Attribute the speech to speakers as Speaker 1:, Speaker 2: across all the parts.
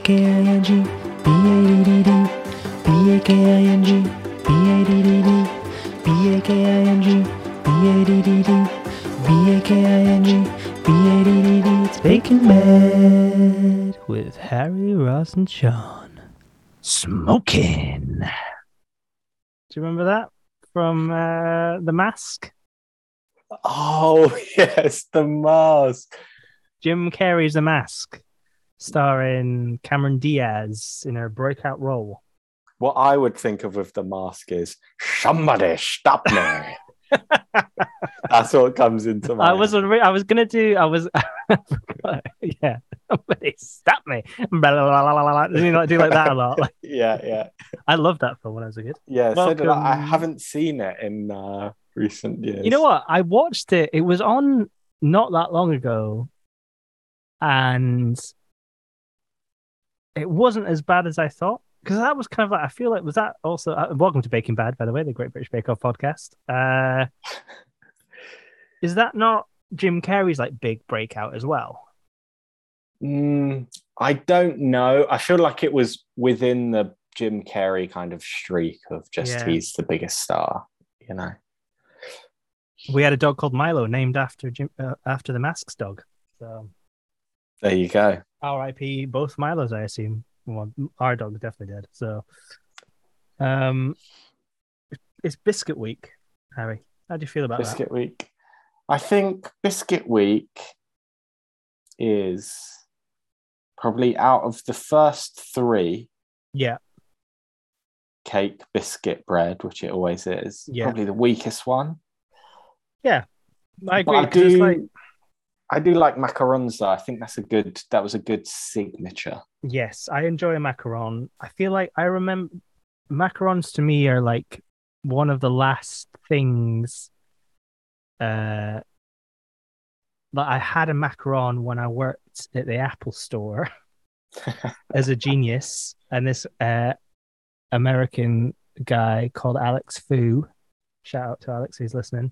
Speaker 1: B-A-K-I-N-G, B-A-D-D-D, B-A-K-I-N-G, B-A-D-D-D, B-A-K-I-N-G, B-A-D-D-D, B-A-K-I-N-G, B-A-D-D-D. It's Bacon Bed with Harry, Ross, and Sean.
Speaker 2: Smoking.
Speaker 1: Do you remember that from uh, The Mask?
Speaker 2: Oh, yes, the mask.
Speaker 1: Jim Carrey's The Mask, starring Cameron Diaz in her breakout role.
Speaker 2: What I would think of with the mask is somebody stop me. That's what comes into my
Speaker 1: I was unre- I was gonna do. I was. yeah. Somebody stop me. Blah, blah, blah, blah, blah, blah. You know, I do like that a lot. Like,
Speaker 2: Yeah, yeah.
Speaker 1: I loved that film when I was a kid.
Speaker 2: Yeah, so did I. I
Speaker 1: Welcome.
Speaker 2: haven't seen it in uh, recent years.
Speaker 1: You know what? I watched it. It was on not that long ago, and it wasn't as bad as I thought. Because that was kind of like I feel like was that also uh, welcome to Baking Bad by the way, the Great British Bake Off podcast. Uh, is that not Jim Carrey's like big breakout as well?
Speaker 2: Mm, I don't know. I feel like it was within the Jim Carrey kind of streak of just
Speaker 1: Yeah.
Speaker 2: he's the biggest star, you know.
Speaker 1: we had a dog called Milo named after Jim, uh, after the Mask's dog. So
Speaker 2: There you go.
Speaker 1: R.I.P. both Milos, I assume. Well, our dog definitely did. So, um, it's biscuit week, Harry. How do you feel about
Speaker 2: Biscuit Week. I think Biscuit Week is probably out of the first three
Speaker 1: that? Yeah,
Speaker 2: cake, biscuit, bread, which it always is,
Speaker 1: Yeah.
Speaker 2: probably the weakest one.
Speaker 1: I
Speaker 2: But
Speaker 1: agree.
Speaker 2: I
Speaker 1: 'cause it's
Speaker 2: do,
Speaker 1: like,
Speaker 2: I do like macarons though. I think that's a good. That was a good signature.
Speaker 1: yes, I enjoy a macaron. I feel like I remember macarons to me are like one of the last things. Uh, that I had a macaron when I worked at the Apple store. as a genius, and this uh, American guy called Alex Fu, shout out to Alex who's listening.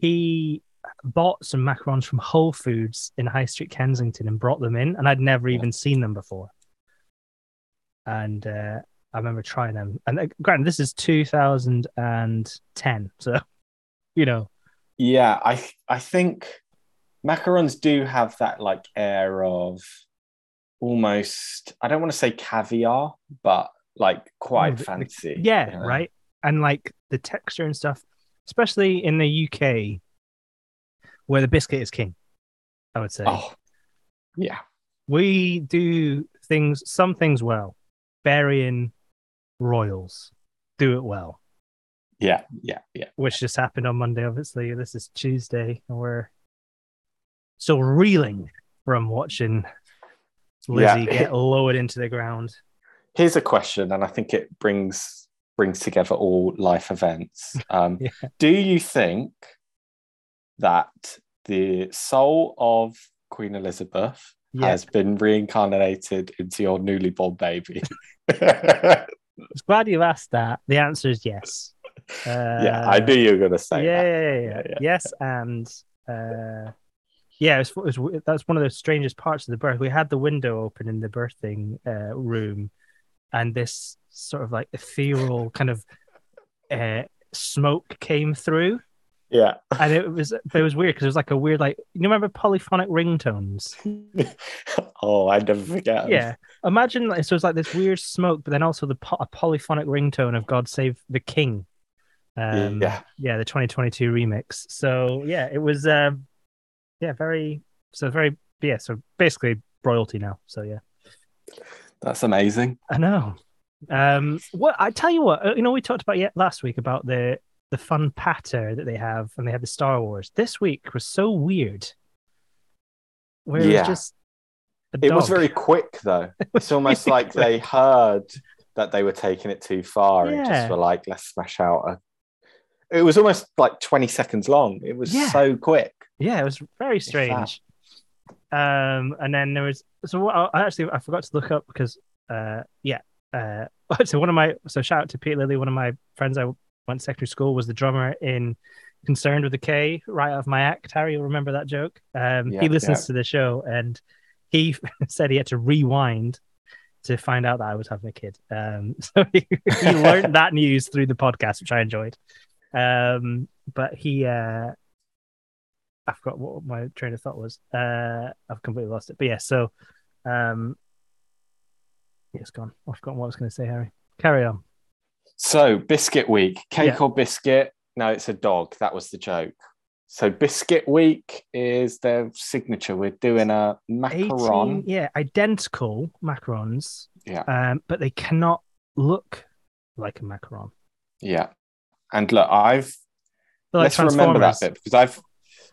Speaker 1: He bought some macarons from Whole Foods in High Street, Kensington, and brought them in, and I'd never even seen them before. And uh, I remember trying them. And uh, granted, this is 2010, so you know,
Speaker 2: Yeah, I I think macarons do have that like air of almost I don't want to say caviar, but like quite
Speaker 1: the- the-
Speaker 2: fancy.
Speaker 1: yeah,
Speaker 2: you know?
Speaker 1: right. And like the texture and stuff, especially in the UK, where the biscuit is king. I would say.
Speaker 2: Oh, yeah,
Speaker 1: we do things some things well burying royals do it well
Speaker 2: yeah, yeah, yeah.
Speaker 1: which just happened on monday obviously this is tuesday and we're still reeling from watching lizzie
Speaker 2: Yeah.
Speaker 1: get lowered into the ground
Speaker 2: Here's a question, and I think it brings brings together all life events. Um,
Speaker 1: Yeah.
Speaker 2: Do you think that the soul of Queen Elizabeth has been reincarnated into your newly born baby. yeah,
Speaker 1: it's glad you've asked that the answer is yes uh,
Speaker 2: I knew you were going to say
Speaker 1: yeah,
Speaker 2: that.
Speaker 1: yeah, yeah, yeah.
Speaker 2: Yeah, yeah.
Speaker 1: Yes, and uh, yeah, it was, it was, that's one of the strangest parts of the birth. We had the window open in the birthing uh, room, and this sort of like ethereal kind of uh, smoke came through,
Speaker 2: Yeah.
Speaker 1: and it was but it was weird because it was like a weird like you remember polyphonic ringtones?
Speaker 2: oh, I never forget.
Speaker 1: Yeah. Imagine like, so it was like this weird smoke, but then also the po- a polyphonic ringtone of "God Save the King." Um,
Speaker 2: yeah.
Speaker 1: yeah the 2022 remix so yeah it was um yeah very so very yeah so basically royalty now so yeah
Speaker 2: That's amazing.
Speaker 1: i know um what i tell you what uh, you know we talked about yet last week about the the fun patter that they have and they had the star wars this week was so weird where it
Speaker 2: Yeah.
Speaker 1: was just a
Speaker 2: It was
Speaker 1: dog.
Speaker 2: very quick, though. It's almost like they heard that they were taking it too far and
Speaker 1: Yeah.
Speaker 2: just were like, let's smash out a. It was almost like 20 seconds long. It was
Speaker 1: Yeah.
Speaker 2: so quick.
Speaker 1: Yeah, it was very
Speaker 2: that.
Speaker 1: strange. Um, and then there was so what I I actually I forgot to look up because uh yeah uh so one of my so shout out to Pete Lilly, one of my friends I went to secondary school was the drummer in Concerned with the K, right out of my act. Harry, you'll remember that joke. Um,
Speaker 2: Yeah,
Speaker 1: he listens to the show and he said he had to rewind to find out that I was having a kid. Um, so he, he learned that news through the podcast, which I enjoyed. Um, but he, uh, I forgot what my train of thought was. Uh, I've completely lost it. But yeah, so um, it's gone. I've forgotten what I was going to say, Harry. Carry on.
Speaker 2: So biscuit week, cake
Speaker 1: Yeah.
Speaker 2: or biscuit? No, it's a dog. That was the joke. So biscuit week is their signature. We're doing a
Speaker 1: 18,
Speaker 2: macaron.
Speaker 1: yeah, identical macarons,
Speaker 2: Yeah,
Speaker 1: um, but they cannot look like a macaron.
Speaker 2: yeah. And look, I've
Speaker 1: They're like
Speaker 2: let's remember
Speaker 1: Transformers.
Speaker 2: that bit because I've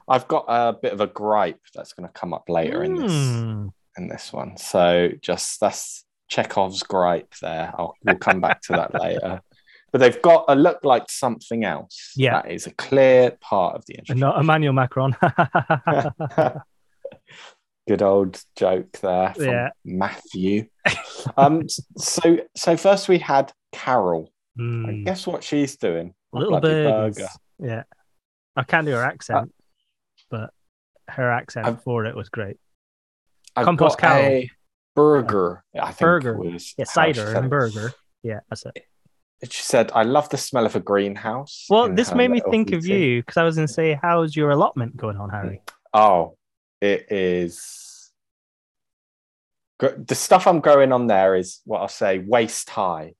Speaker 2: I've got a bit of a gripe that's going to come up later in this
Speaker 1: Hmm.
Speaker 2: in this one. So just that's Chekhov's gripe there. I'll, we'll come back to that later. But they've got a look like something else.
Speaker 1: Yeah.
Speaker 2: that is a clear part of the
Speaker 1: And Not Emmanuel Macron.
Speaker 2: Good old joke there from
Speaker 1: Yeah.
Speaker 2: Matthew. um, s- so so first we had Carol.
Speaker 1: Hmm.
Speaker 2: And guess what she's doing? A
Speaker 1: Little
Speaker 2: bloody
Speaker 1: burgers. Yeah. I can do her accent, but her accent
Speaker 2: Uh, I've-
Speaker 1: for it was great.
Speaker 2: I've
Speaker 1: Compost
Speaker 2: got
Speaker 1: Carol.
Speaker 2: a burger. I think
Speaker 1: Burger.
Speaker 2: was
Speaker 1: Yeah,
Speaker 2: how she
Speaker 1: cider
Speaker 2: said
Speaker 1: and
Speaker 2: it.
Speaker 1: burger. Yeah, that's it.
Speaker 2: She said, "I love the smell of a greenhouse."
Speaker 1: Well,
Speaker 2: in
Speaker 1: this
Speaker 2: her
Speaker 1: made me
Speaker 2: little
Speaker 1: think of
Speaker 2: routine.
Speaker 1: you because I was going to say, how's your allotment going on, Harry?
Speaker 2: Oh, it is. gr- The stuff I'm growing on there is what I'll say waist high.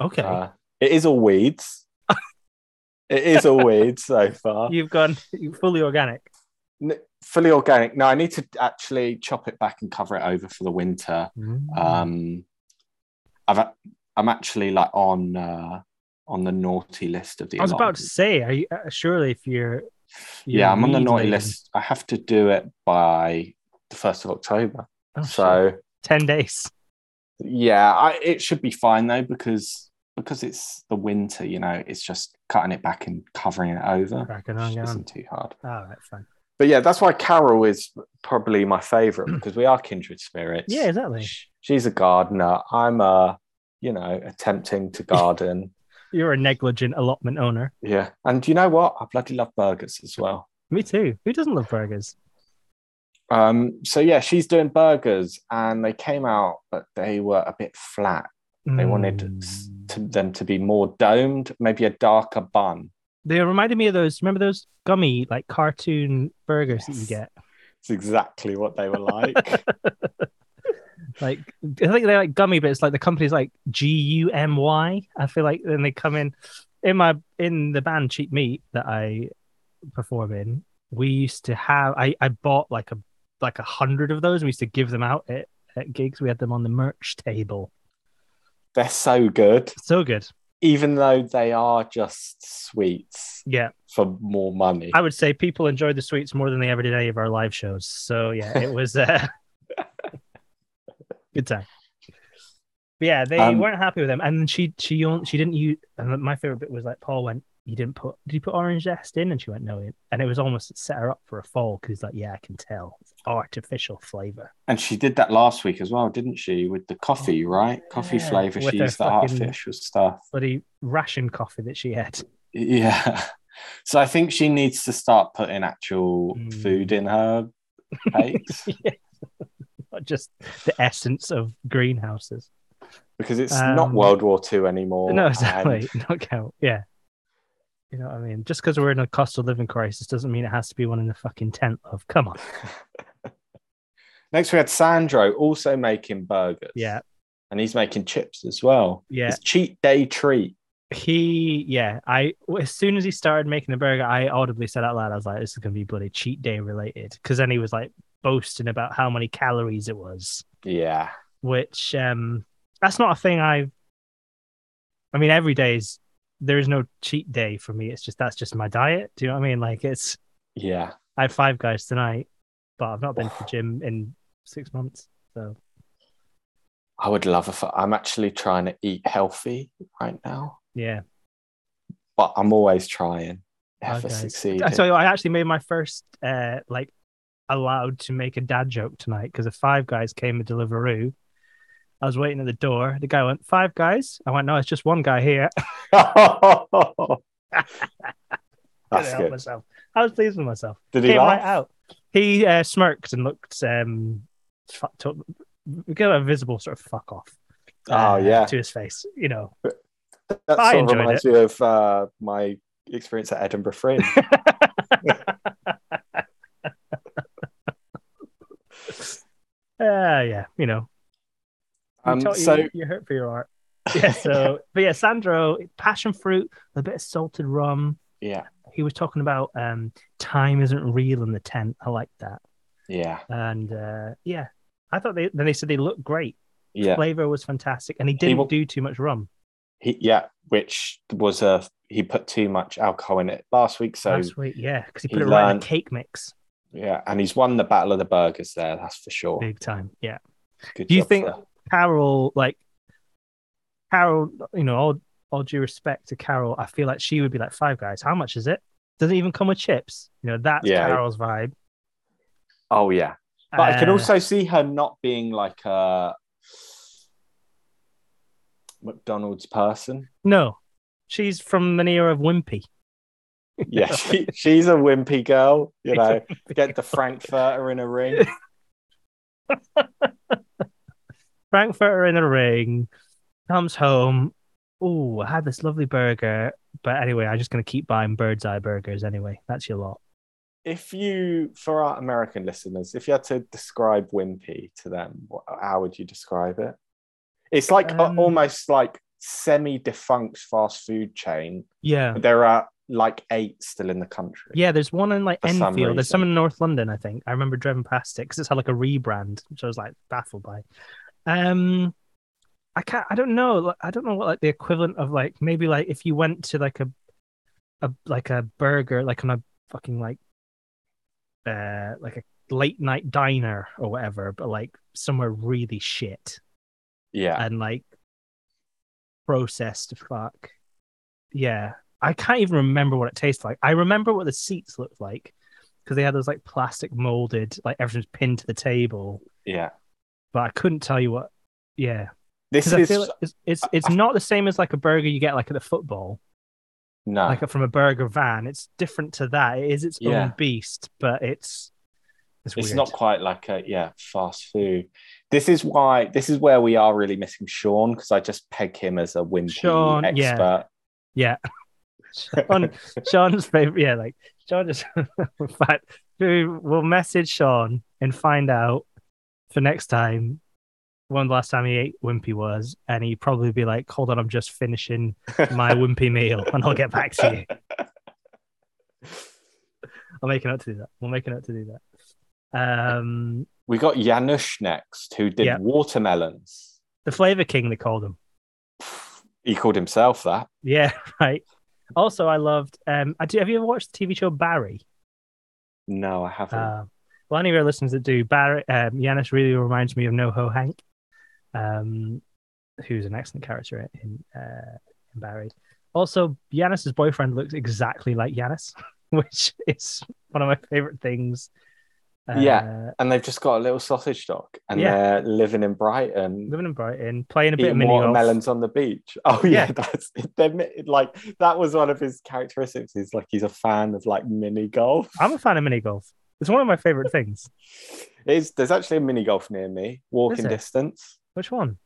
Speaker 1: Okay.
Speaker 2: Uh, it is all weeds. it is all weeds so far.
Speaker 1: You've gone fully organic.
Speaker 2: N- fully organic. No, I need to actually chop it back and cover it over for the winter.
Speaker 1: Mm-hmm.
Speaker 2: Um, I've a- I'm actually like on uh, on the naughty list of the.
Speaker 1: I was about
Speaker 2: allotment.
Speaker 1: to say, are you, uh, surely if you're. you're
Speaker 2: yeah, I'm on the
Speaker 1: weed
Speaker 2: naughty
Speaker 1: laden-
Speaker 2: list. I have to do it by the first of October.
Speaker 1: Oh, shit.
Speaker 2: So
Speaker 1: 10 days.
Speaker 2: yeah, I, it should be fine though because because it's the winter. You know, it's just cutting it back and covering it over.
Speaker 1: Cracking on,
Speaker 2: Which
Speaker 1: go on.
Speaker 2: isn't too hard.
Speaker 1: All right, fine.
Speaker 2: But yeah, that's why Carol is probably my favorite because we are kindred spirits.
Speaker 1: Yeah, exactly.
Speaker 2: Sh- she's a gardener. I'm a you know attempting to garden.
Speaker 1: You're a negligent allotment owner.
Speaker 2: yeah, and you know what? I bloody love burgers as well.
Speaker 1: Me too. Who doesn't love burgers?
Speaker 2: Um, so yeah, she's doing burgers, and they came out, but they were a bit flat. They wanted s-
Speaker 1: Mm.
Speaker 2: to, them to be more domed, maybe a darker bun.
Speaker 1: They reminded me of those. Remember those gummy like cartoon burgers that you
Speaker 2: Yes.
Speaker 1: get?
Speaker 2: It's exactly what they were like.
Speaker 1: Like I think they're like gummy, but it's like the company's like G U M Y. I feel like then they come in in my in the band Cheap Meat that I perform in. We used to have I I bought like a like a hundred of those. and We used to give them out at, at gigs. We had them on the merch table.
Speaker 2: They're so good,
Speaker 1: So good.
Speaker 2: even though they are just sweets
Speaker 1: Yeah,
Speaker 2: for more money.
Speaker 1: I would say people enjoyed the sweets more than they ever did any of our live shows. So yeah, it was uh, good time. But yeah, they
Speaker 2: Um,
Speaker 1: weren't happy with them, and then she she on- she didn't use. And my favorite bit was like Paul went, "You didn't put did you put orange zest in?" And she went, "No," it-" and it was almost it set her up for a fall because he's like, "Yeah, I can tell it's artificial flavor."
Speaker 2: And she did that last week as well, didn't she? With the coffee, right? Coffee
Speaker 1: yeah.
Speaker 2: flavor.
Speaker 1: With
Speaker 2: she
Speaker 1: her
Speaker 2: used the
Speaker 1: fucking-
Speaker 2: artificial stuff.
Speaker 1: Bloody ration coffee that she had.
Speaker 2: Yeah. So I think she needs to start putting actual
Speaker 1: Mm.
Speaker 2: food in her cakes.
Speaker 1: Not just the essence of greenhouses.
Speaker 2: because it's
Speaker 1: Um,
Speaker 2: not World War Two anymore.
Speaker 1: no,
Speaker 2: and
Speaker 1: exactly. Not count. Yeah. You know what I mean? Just because we're in a cost of living crisis doesn't mean it has to be one in a fucking tent of. Come on.
Speaker 2: Next, we had Sandro also making burgers.
Speaker 1: Yeah.
Speaker 2: and he's making chips as well.
Speaker 1: Yeah.
Speaker 2: His cheat day treat.
Speaker 1: He, yeah. I, as soon as he started making the burger, I audibly said out loud, I was like, this is going to be bloody cheat day related. Because then he was like boasting about how many calories it was,
Speaker 2: Yeah,
Speaker 1: which, um, that's not a thing I, I mean, every day is, there is no cheat day for me. It's just, that's just my diet. Do you know what I mean? Like, it's,
Speaker 2: yeah.
Speaker 1: I had five guys tonight, but I've not been to the gym in six months. So
Speaker 2: I would love if I'm actually trying to eat healthy right now,
Speaker 1: yeah.
Speaker 2: but I'm always trying.
Speaker 1: Five
Speaker 2: Never
Speaker 1: Guys.
Speaker 2: succeed.
Speaker 1: Uh, So I actually made my first uh like allowed to make a dad joke tonight because the five guys came with Deliveroo. I was waiting at the door. The guy went, Five guys? I went, No, it's just one guy here.
Speaker 2: That's
Speaker 1: Couldn't help
Speaker 2: good.
Speaker 1: myself. I was pleased with myself.
Speaker 2: Did he
Speaker 1: Came
Speaker 2: laugh?
Speaker 1: right out. He uh, smirked and looked um fucked up give a visible sort of fuck off. uh,
Speaker 2: Oh, yeah.
Speaker 1: to his face, you know.
Speaker 2: That
Speaker 1: I
Speaker 2: sort of
Speaker 1: enjoyed
Speaker 2: reminds me of uh, my experience at Edinburgh Fringe.
Speaker 1: Uh, yeah, you know. You
Speaker 2: Um,
Speaker 1: talk- you-
Speaker 2: so
Speaker 1: you hurt for your art. Yeah. So, but yeah, Sandro, passion fruit, a bit of salted rum.
Speaker 2: yeah,
Speaker 1: He was talking about um, time isn't real in the tent. I like that.
Speaker 2: yeah,
Speaker 1: And uh, yeah, I thought they then they said they looked great.
Speaker 2: yeah,
Speaker 1: Flavor was fantastic, and he didn't
Speaker 2: will-
Speaker 1: do too much rum.
Speaker 2: he, yeah. Which was a he put too much alcohol in it last week, so
Speaker 1: That's sweet, yeah, because he put
Speaker 2: he
Speaker 1: it right in
Speaker 2: learned-
Speaker 1: the cake mix,
Speaker 2: yeah. And he's won the battle of the burgers there, that's for sure.
Speaker 1: big time. Yeah,
Speaker 2: Good
Speaker 1: Do you
Speaker 2: job
Speaker 1: think-
Speaker 2: for-
Speaker 1: Carol, like Carol, you know, all all due respect to Carol, I feel like she would be like Five Guys. How much is it? Does it even come with chips? You know, that's
Speaker 2: Yeah.
Speaker 1: Carol's vibe.
Speaker 2: Oh yeah, but I could
Speaker 1: Uh,
Speaker 2: also see her not being like a McDonald's person.
Speaker 1: No, she's from an era of Wimpy.
Speaker 2: Yeah, she, she's a wimpy girl. You
Speaker 1: She's a
Speaker 2: know, get the frankfurter in a ring.
Speaker 1: Frankfurter in a ring, comes home. Oh, I had this lovely burger. But anyway, I'm just going to keep buying bird's eye burgers anyway. That's your lot.
Speaker 2: if you for our american listeners if you had to describe wimpy to them what, how would you describe it it's like a-
Speaker 1: Um,
Speaker 2: almost like semi-defunct fast food chain
Speaker 1: Yeah.
Speaker 2: there are like eight still in the country
Speaker 1: Yeah, there's one in like
Speaker 2: For some
Speaker 1: Enfield. There's some
Speaker 2: reason.
Speaker 1: in North London, I think. I remember driving past it because it's had like a rebrand, which I was like baffled by. Um, I can't. I don't know. like, I don't know what like the equivalent of like maybe like if you went to like a, a like a burger like on a fucking like, uh, like a late night diner or whatever, but like somewhere really shit
Speaker 2: yeah
Speaker 1: and like processed fuck. Yeah. I can't even remember what it tastes like. I remember what the seats looked like because they had those like plastic molded, like everything's pinned to the table,
Speaker 2: yeah
Speaker 1: but I couldn't tell you what. Yeah.
Speaker 2: this
Speaker 1: Because I
Speaker 2: is
Speaker 1: feel like it's, it's, it's not the same as like a burger you get like at the football,
Speaker 2: no
Speaker 1: like from a burger van. It's different to that. It is its
Speaker 2: Ah. Yeah.
Speaker 1: own beast, but it's. It's,
Speaker 2: it's
Speaker 1: weird.
Speaker 2: not quite like a yeah fast food this is why this is where we are really missing sean because i just peg him as a wimpy
Speaker 1: Sean,
Speaker 2: expert
Speaker 1: yeah. Yeah. Sean, Sean's favorite. Yeah, like Sean just. in fact, we- we'll message Sean and find out for next time when the last time he ate Wimpy was, and he'd probably be like, "Hold on, I'm just finishing my Wimpy meal, and I'll get back to you." I'll make a note to do that. We'll make a note to do that. Um,
Speaker 2: we got Janusz next, who did
Speaker 1: Yeah.
Speaker 2: watermelons.
Speaker 1: the Flavor King, they called him.
Speaker 2: He called himself that.
Speaker 1: Yeah, right. Also, I loved. Um, I do. Have you ever watched the TV show Barry?
Speaker 2: No, I haven't.
Speaker 1: Um, well, any of our listeners that do, Barry, um, Yanis really reminds me of NoHo Hank, um, who's an excellent character in, uh, in Barry. Also, Yanis's boyfriend looks exactly like Yanis, which is one of my favorite things. Uh,
Speaker 2: Yeah. and they've just got a little sausage dog, and
Speaker 1: Yeah.
Speaker 2: they're living in Brighton,
Speaker 1: living in Brighton, playing a bit of
Speaker 2: eating
Speaker 1: mini golf.
Speaker 2: watermelons on the beach. Oh
Speaker 1: Yeah.
Speaker 2: yeah, that's they're mi- like that was one of his characteristics. Is like he's a fan of like mini golf.
Speaker 1: I'm a fan of mini golf. It's one of my favorite things.
Speaker 2: It's, there's actually a mini golf near me, walking
Speaker 1: it?
Speaker 2: distance.
Speaker 1: Which one?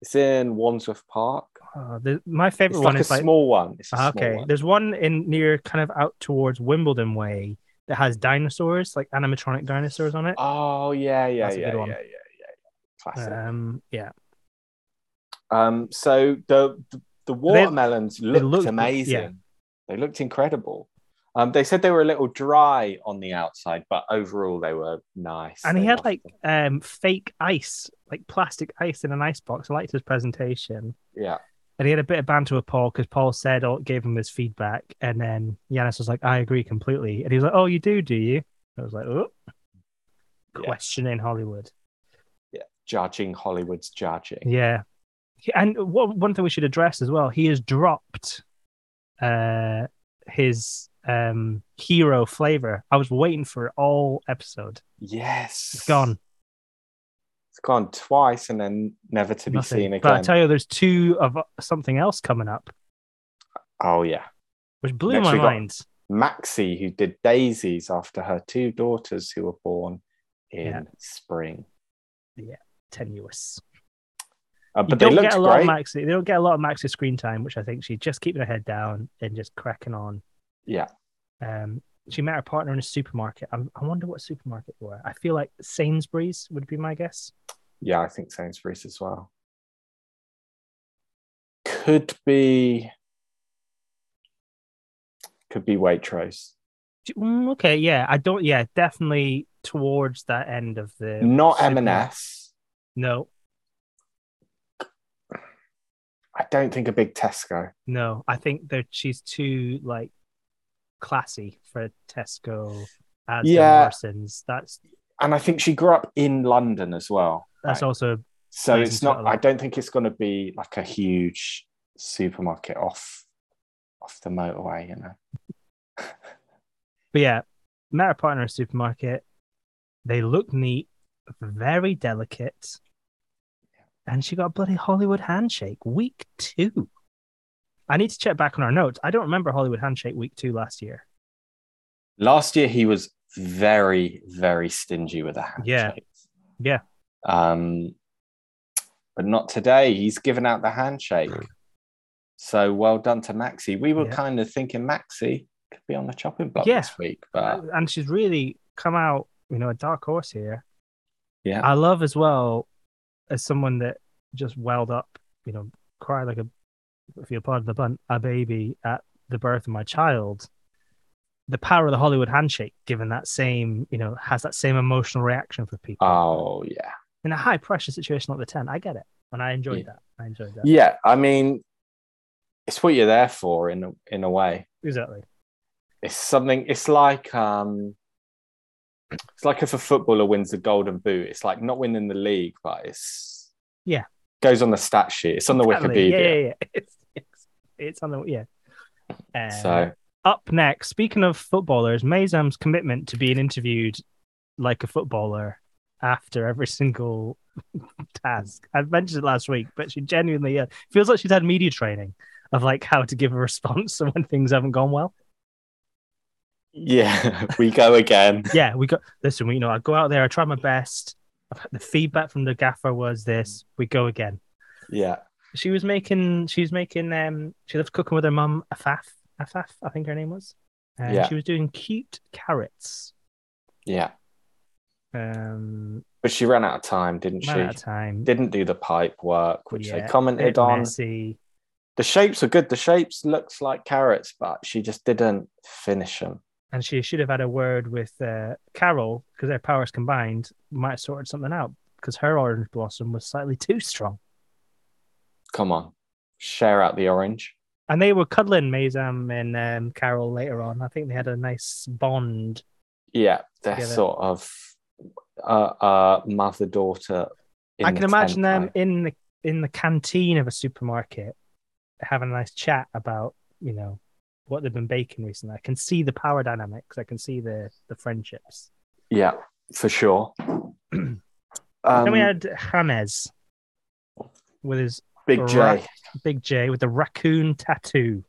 Speaker 2: It's in Wandsworth Park.
Speaker 1: Uh, the, my
Speaker 2: It's
Speaker 1: favorite
Speaker 2: like
Speaker 1: one
Speaker 2: a
Speaker 1: is like
Speaker 2: small one. It's a
Speaker 1: Ah,
Speaker 2: small
Speaker 1: okay.
Speaker 2: one.
Speaker 1: There's one in near kind of out towards Wimbledon way that has dinosaurs, like animatronic dinosaurs on it.
Speaker 2: Oh yeah, yeah,
Speaker 1: That's a
Speaker 2: yeah,
Speaker 1: good
Speaker 2: yeah,
Speaker 1: one.
Speaker 2: yeah, yeah, yeah. Classic.
Speaker 1: Um, yeah,
Speaker 2: Um, so the the, the watermelons looked,
Speaker 1: looked-
Speaker 2: amazing.
Speaker 1: yeah.
Speaker 2: They looked incredible. Um, they said they were a little dry on the outside, but overall they were nice.
Speaker 1: and he
Speaker 2: They
Speaker 1: had
Speaker 2: loved
Speaker 1: like
Speaker 2: them.
Speaker 1: um fake ice, like plastic ice in an ice box. I liked his presentation,
Speaker 2: yeah,
Speaker 1: and he had a bit of banter with Paul because Paul said, "Oh, gave him his feedback," and then Yanis was like, "I agree completely," and he was like, "Oh, you do, do you?" I was like, "Oh,
Speaker 2: Yeah.
Speaker 1: questioning Hollywood."
Speaker 2: judging Hollywood's judging.
Speaker 1: Yeah. He- And what, one thing we should address as well, he has dropped uh his um hero flavor. I was waiting for it all episode.
Speaker 2: Yes,
Speaker 1: It's gone.
Speaker 2: It's gone twice, and then never to be
Speaker 1: nothing.
Speaker 2: seen
Speaker 1: But I
Speaker 2: again.
Speaker 1: tell you there's two of uh, something else coming up,
Speaker 2: oh yeah,
Speaker 1: which blew
Speaker 2: Next
Speaker 1: my
Speaker 2: we got-
Speaker 1: mind.
Speaker 2: Maxie, who did daisies after her two daughters who were born in
Speaker 1: Yeah.
Speaker 2: spring.
Speaker 1: Yeah. tenuous.
Speaker 2: Uh, but
Speaker 1: you
Speaker 2: they
Speaker 1: don't
Speaker 2: looked
Speaker 1: get a lot of
Speaker 2: great.
Speaker 1: Maxi. They don't get a lot of Maxi screen time, which I think she's just keeping her head down and just cracking on.
Speaker 2: yeah,
Speaker 1: Um, she met her partner in a supermarket. I, I wonder what supermarket they were. I feel like Sainsbury's would be my guess.
Speaker 2: yeah, I think Sainsbury's as well. Could be, could be Waitrose.
Speaker 1: Do- mm, Okay, yeah, I don't. Yeah, definitely towards that end of the.
Speaker 2: Not
Speaker 1: supermarket.
Speaker 2: M&S.
Speaker 1: No,
Speaker 2: I don't think a big Tesco.
Speaker 1: no. I think that she's too like classy for Tesco. As
Speaker 2: Yeah.
Speaker 1: Morrison's. That's
Speaker 2: And I think she grew up in London as well.
Speaker 1: that's
Speaker 2: Right.
Speaker 1: also
Speaker 2: So
Speaker 1: Plays
Speaker 2: it's
Speaker 1: into
Speaker 2: not.
Speaker 1: it a
Speaker 2: I
Speaker 1: lot.
Speaker 2: don't think it's going to be like a huge supermarket off off the motorway. You know.
Speaker 1: But yeah, met her partner in a supermarket. They look neat, very delicate. And she got a bloody Hollywood handshake week two. I need to check back on our notes. I don't remember Hollywood handshake week two last year.
Speaker 2: Last year he was very very stingy with the handshake.
Speaker 1: Yeah.
Speaker 2: Um, but not today. He's given out the handshake. So well done to Maxi. We were
Speaker 1: Hmm. Yeah.
Speaker 2: kind of thinking Maxi could be on the chopping block
Speaker 1: Yeah.
Speaker 2: this week, but
Speaker 1: Uh, and she's really come out, you know, a dark horse here.
Speaker 2: Yeah.
Speaker 1: I love as well as someone that just welled up, you know, cried like a, if you're part of the bunt, a baby at the birth of my child. The power of the Hollywood handshake, given that same, you know, has that same emotional reaction for people.
Speaker 2: oh yeah,
Speaker 1: In a high pressure situation like the 10, I get it. And I enjoyed
Speaker 2: Yeah.
Speaker 1: that. I enjoyed that.
Speaker 2: yeah. I mean, it's what you're there for in a, in a way.
Speaker 1: Exactly.
Speaker 2: it's something it's like um it's like if a footballer wins the golden boot it's like not winning the league but it's
Speaker 1: Yeah.
Speaker 2: goes on the stat sheet it's on the
Speaker 1: Exactly.
Speaker 2: wikipedia
Speaker 1: Yeah, yeah, yeah. It's, it's, it's on the, yeah. Uh,
Speaker 2: so
Speaker 1: up next, speaking of footballers, Mazam's commitment to being interviewed like a footballer after every single task. I mentioned it last week, but she genuinely uh, feels like she's had media training of like how to give a response when things haven't gone well.
Speaker 2: yeah we go again
Speaker 1: Yeah, we got listen. We, you know, I go out there, I try my best. The feedback from the gaffer was this: we go again.
Speaker 2: yeah
Speaker 1: She was making, she was making, um, she loves cooking with her mum, Afaf, Afaf, I think her name was. And
Speaker 2: Yeah.
Speaker 1: she was doing cute carrots.
Speaker 2: yeah
Speaker 1: Um,
Speaker 2: but she ran out of time didn't
Speaker 1: ran out of
Speaker 2: she
Speaker 1: time.
Speaker 2: didn't do the pipe work which
Speaker 1: Yeah,
Speaker 2: they commented
Speaker 1: bit
Speaker 2: on
Speaker 1: messy.
Speaker 2: the shapes are good the shapes looks like carrots but she just didn't finish them
Speaker 1: And she should have had a word with uh, Carol because their powers combined might have sorted something out because her orange blossom was slightly too strong.
Speaker 2: come on share out the orange
Speaker 1: And they were cuddling Mazam and um, Carol later on. I think they had a nice bond.
Speaker 2: yeah they're
Speaker 1: Together.
Speaker 2: sort of uh, uh mother daughter
Speaker 1: I can imagine them in the in the canteen of a supermarket having a nice chat about you know what they've been baking recently. I can see the power dynamics. I can see the the friendships.
Speaker 2: yeah for sure um,
Speaker 1: then we had James with his
Speaker 2: big j
Speaker 1: Right. Big J with the raccoon tattoo.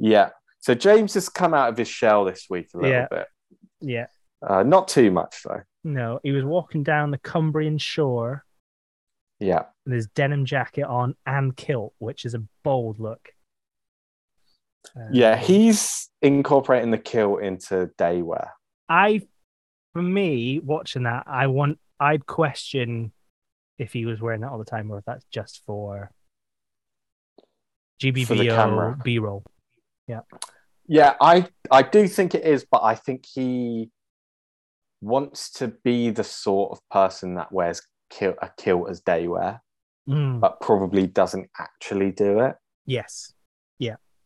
Speaker 2: yeah so james has come out of his shell this week a little
Speaker 1: Yeah.
Speaker 2: bit
Speaker 1: Yeah.
Speaker 2: uh, not too much though
Speaker 1: No, he was walking down the Cumbrian shore
Speaker 2: yeah
Speaker 1: with his denim jacket on and kilt, which is a bold look. Um,
Speaker 2: yeah he's incorporating the kill into day wear
Speaker 1: I, for me, watching that, I want, I'd question if he was wearing that all the time or if that's just for
Speaker 2: camera.
Speaker 1: GBBO B roll.
Speaker 2: yeah i i do think it is but i think he wants to be the sort of person that wears kill a kilt as day wear
Speaker 1: Mm,
Speaker 2: but probably doesn't actually do it
Speaker 1: yes.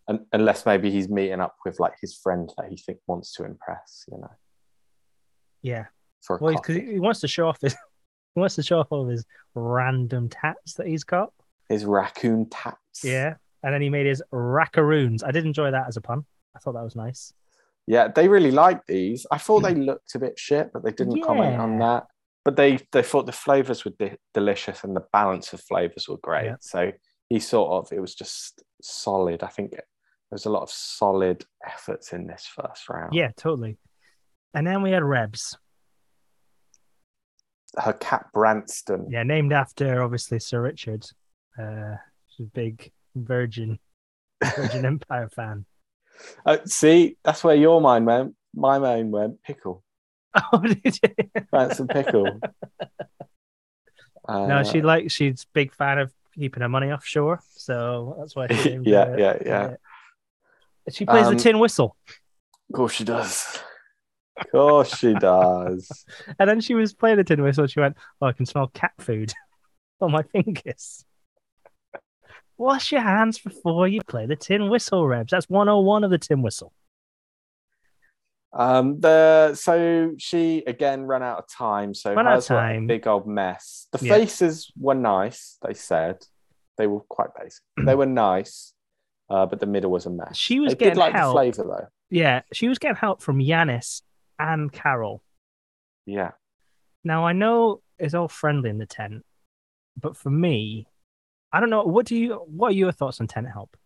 Speaker 2: Un unless maybe he's meeting up with like his friend that he think wants to impress, you know,
Speaker 1: Yeah.
Speaker 2: for a
Speaker 1: Well, because
Speaker 2: coffee.
Speaker 1: he, he wants to show off his, he wants to show off all of his random tats that he's got.
Speaker 2: his raccoon tats.
Speaker 1: Yeah. And then he made his rackaroons. I did enjoy that as a pun. I thought that was nice.
Speaker 2: yeah, they really liked these. I thought they looked a bit shit, but they didn't comment on
Speaker 1: Hmm. Yeah.
Speaker 2: that. But they they thought the flavors were de- delicious and the balance of flavors were great.
Speaker 1: Yeah.
Speaker 2: So he sort of it was just solid. I think there's a lot of solid efforts in this first round.
Speaker 1: Yeah, totally. And then we had Rebs.
Speaker 2: her cat Branston.
Speaker 1: Yeah, named after obviously Sir Richard. Uh, she's a big Virgin Virgin Empire fan.
Speaker 2: Uh, see, that's where your mind went. My mind went pickle.
Speaker 1: Oh, did you?
Speaker 2: Branson pickle. Uh,
Speaker 1: no, she likes. She's big fan of keeping her money offshore, so that's why. She named
Speaker 2: Yeah,
Speaker 1: her-
Speaker 2: yeah, yeah.
Speaker 1: She plays
Speaker 2: Um,
Speaker 1: the tin whistle,
Speaker 2: Of course she does. Of course she does.
Speaker 1: and then she was playing the tin whistle. She went, "Oh, I can smell cat food on my fingers." Wash your hands before you play the tin whistle, Rebs. That's 101 of the tin whistle.
Speaker 2: Um, the so she again ran out of time. So
Speaker 1: Ran out of
Speaker 2: hers were
Speaker 1: time.
Speaker 2: a big old mess. The
Speaker 1: Yeah.
Speaker 2: faces were nice. They said they were quite basic. they were nice, uh, but the middle was a mess.
Speaker 1: She was
Speaker 2: They
Speaker 1: getting
Speaker 2: did like
Speaker 1: help.
Speaker 2: the flavor though.
Speaker 1: Yeah, she was getting help from Yanis and Carol.
Speaker 2: Yeah,
Speaker 1: Now I know it's all friendly in the tent, but for me, I don't know. What do you? What are your thoughts on tent help?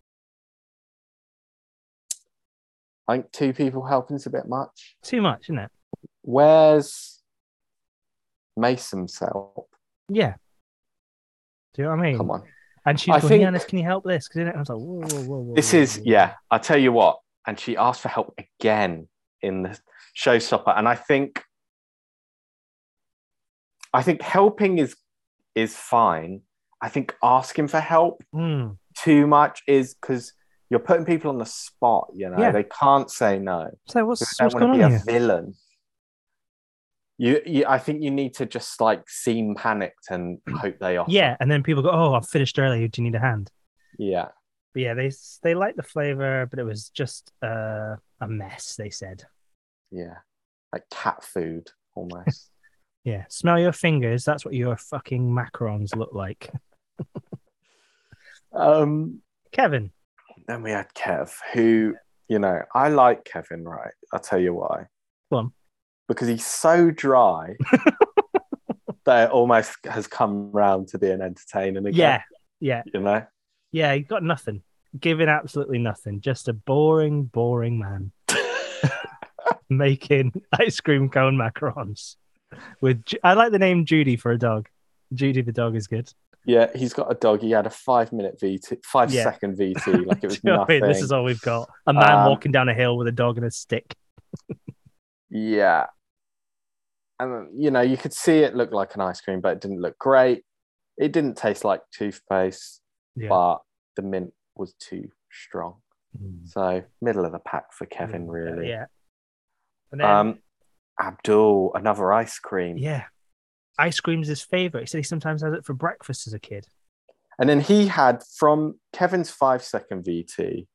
Speaker 2: I think two people helping is a bit much.
Speaker 1: Too much, isn't it?
Speaker 2: Where's Mason's help?
Speaker 1: Yeah. Do you know what I mean?
Speaker 2: Come on.
Speaker 1: And she's
Speaker 2: I
Speaker 1: going,
Speaker 2: think-
Speaker 1: Yanis, can you help this? Because I was like, whoa, whoa, whoa, whoa.
Speaker 2: This
Speaker 1: whoa,
Speaker 2: is
Speaker 1: whoa, whoa.
Speaker 2: yeah. I tell you what, and she asked for help again in the showstopper, and I think, I think helping is is fine. I think asking for help
Speaker 1: Mm,
Speaker 2: too much is because you're putting people on the spot. You know,
Speaker 1: Yeah.
Speaker 2: they can't say no.
Speaker 1: So
Speaker 2: They
Speaker 1: what's
Speaker 2: don't
Speaker 1: what's going
Speaker 2: want to
Speaker 1: on
Speaker 2: be a
Speaker 1: here?
Speaker 2: villain. You, you, I think you need to just like seem panicked and hope they offer.
Speaker 1: Yeah, and then people go, oh, I've finished early. Do you need a hand?
Speaker 2: yeah.
Speaker 1: But yeah, they they liked the flavor, but it was just uh, a mess. They said,
Speaker 2: Yeah. Like cat food almost.
Speaker 1: yeah, smell your fingers. That's what your fucking macarons look like.
Speaker 2: um
Speaker 1: Kevin,
Speaker 2: then we had Kev, who, you know, I like Kevin, right? I'll tell you why.
Speaker 1: Go on.
Speaker 2: Because he's so dry that it almost has come round to being entertaining again.
Speaker 1: yeah, yeah.
Speaker 2: You know?
Speaker 1: Yeah, he got nothing. Giving absolutely nothing. Just a boring, boring man making ice cream cone macarons. With Ju- I like the name Judy for a dog. Judy the dog is good.
Speaker 2: Yeah, he's got a dog. He had a five minute VT, five
Speaker 1: Yeah.
Speaker 2: second VT. Like it was
Speaker 1: Do you know what I
Speaker 2: nothing.
Speaker 1: mean? this is all we've got. A man
Speaker 2: Um,
Speaker 1: walking down a hill with a dog and a stick.
Speaker 2: Yeah. And, uh, you know, you could see it looked like an ice cream, but it didn't look great. It didn't taste like toothpaste,
Speaker 1: Yeah.
Speaker 2: but the mint was too strong.
Speaker 1: Mm.
Speaker 2: So middle of the pack for Kevin, really.
Speaker 1: Yeah. And then,
Speaker 2: Um, Abdul, another ice cream,
Speaker 1: yeah. Ice cream's his favorite. He said he sometimes has it for breakfast as a kid.
Speaker 2: and then he had from Kevin's five second VT.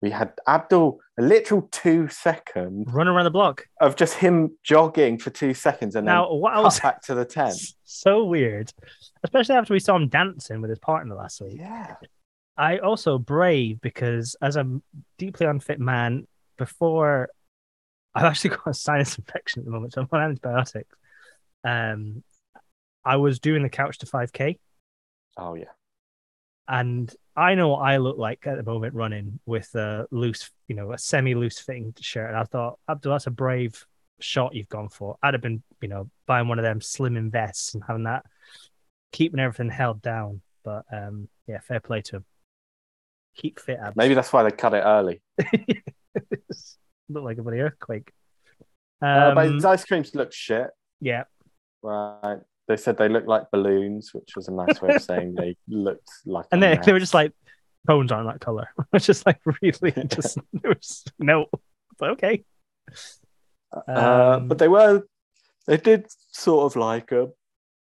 Speaker 2: We had Abdul a literal two second
Speaker 1: Run around the block.
Speaker 2: of just him jogging for two seconds, and
Speaker 1: Now, what
Speaker 2: then
Speaker 1: I was
Speaker 2: cut back to the ten.
Speaker 1: so weird, especially after we saw him dancing with his partner last week.
Speaker 2: Yeah,
Speaker 1: I also brave because as a deeply unfit man, before I've actually got a sinus infection at the moment, so I'm on antibiotics. Um, I was doing the couch to 5k,
Speaker 2: oh yeah,
Speaker 1: and I know what I look like at the moment running with a loose, you know, a semi loose fitting shirt. And I thought, Abdul, that's a brave shot you've gone for. I'd have been, you know, buying one of them slimming vests and having that, keeping everything held down. But um, yeah, fair play to him. Keep fit, Abs.
Speaker 2: maybe that's why they cut it early.
Speaker 1: look like a bloody earthquake.
Speaker 2: Uh, but
Speaker 1: Um,
Speaker 2: his ice creams looked shit,
Speaker 1: yeah,
Speaker 2: right? They said they looked like balloons, which was a nice way of saying they looked like.
Speaker 1: and
Speaker 2: a
Speaker 1: then they were
Speaker 2: mess.
Speaker 1: just like bones aren't that color. It's just like really, just there was no. But okay,
Speaker 2: Uh,
Speaker 1: Um,
Speaker 2: but they were, they did sort of like them.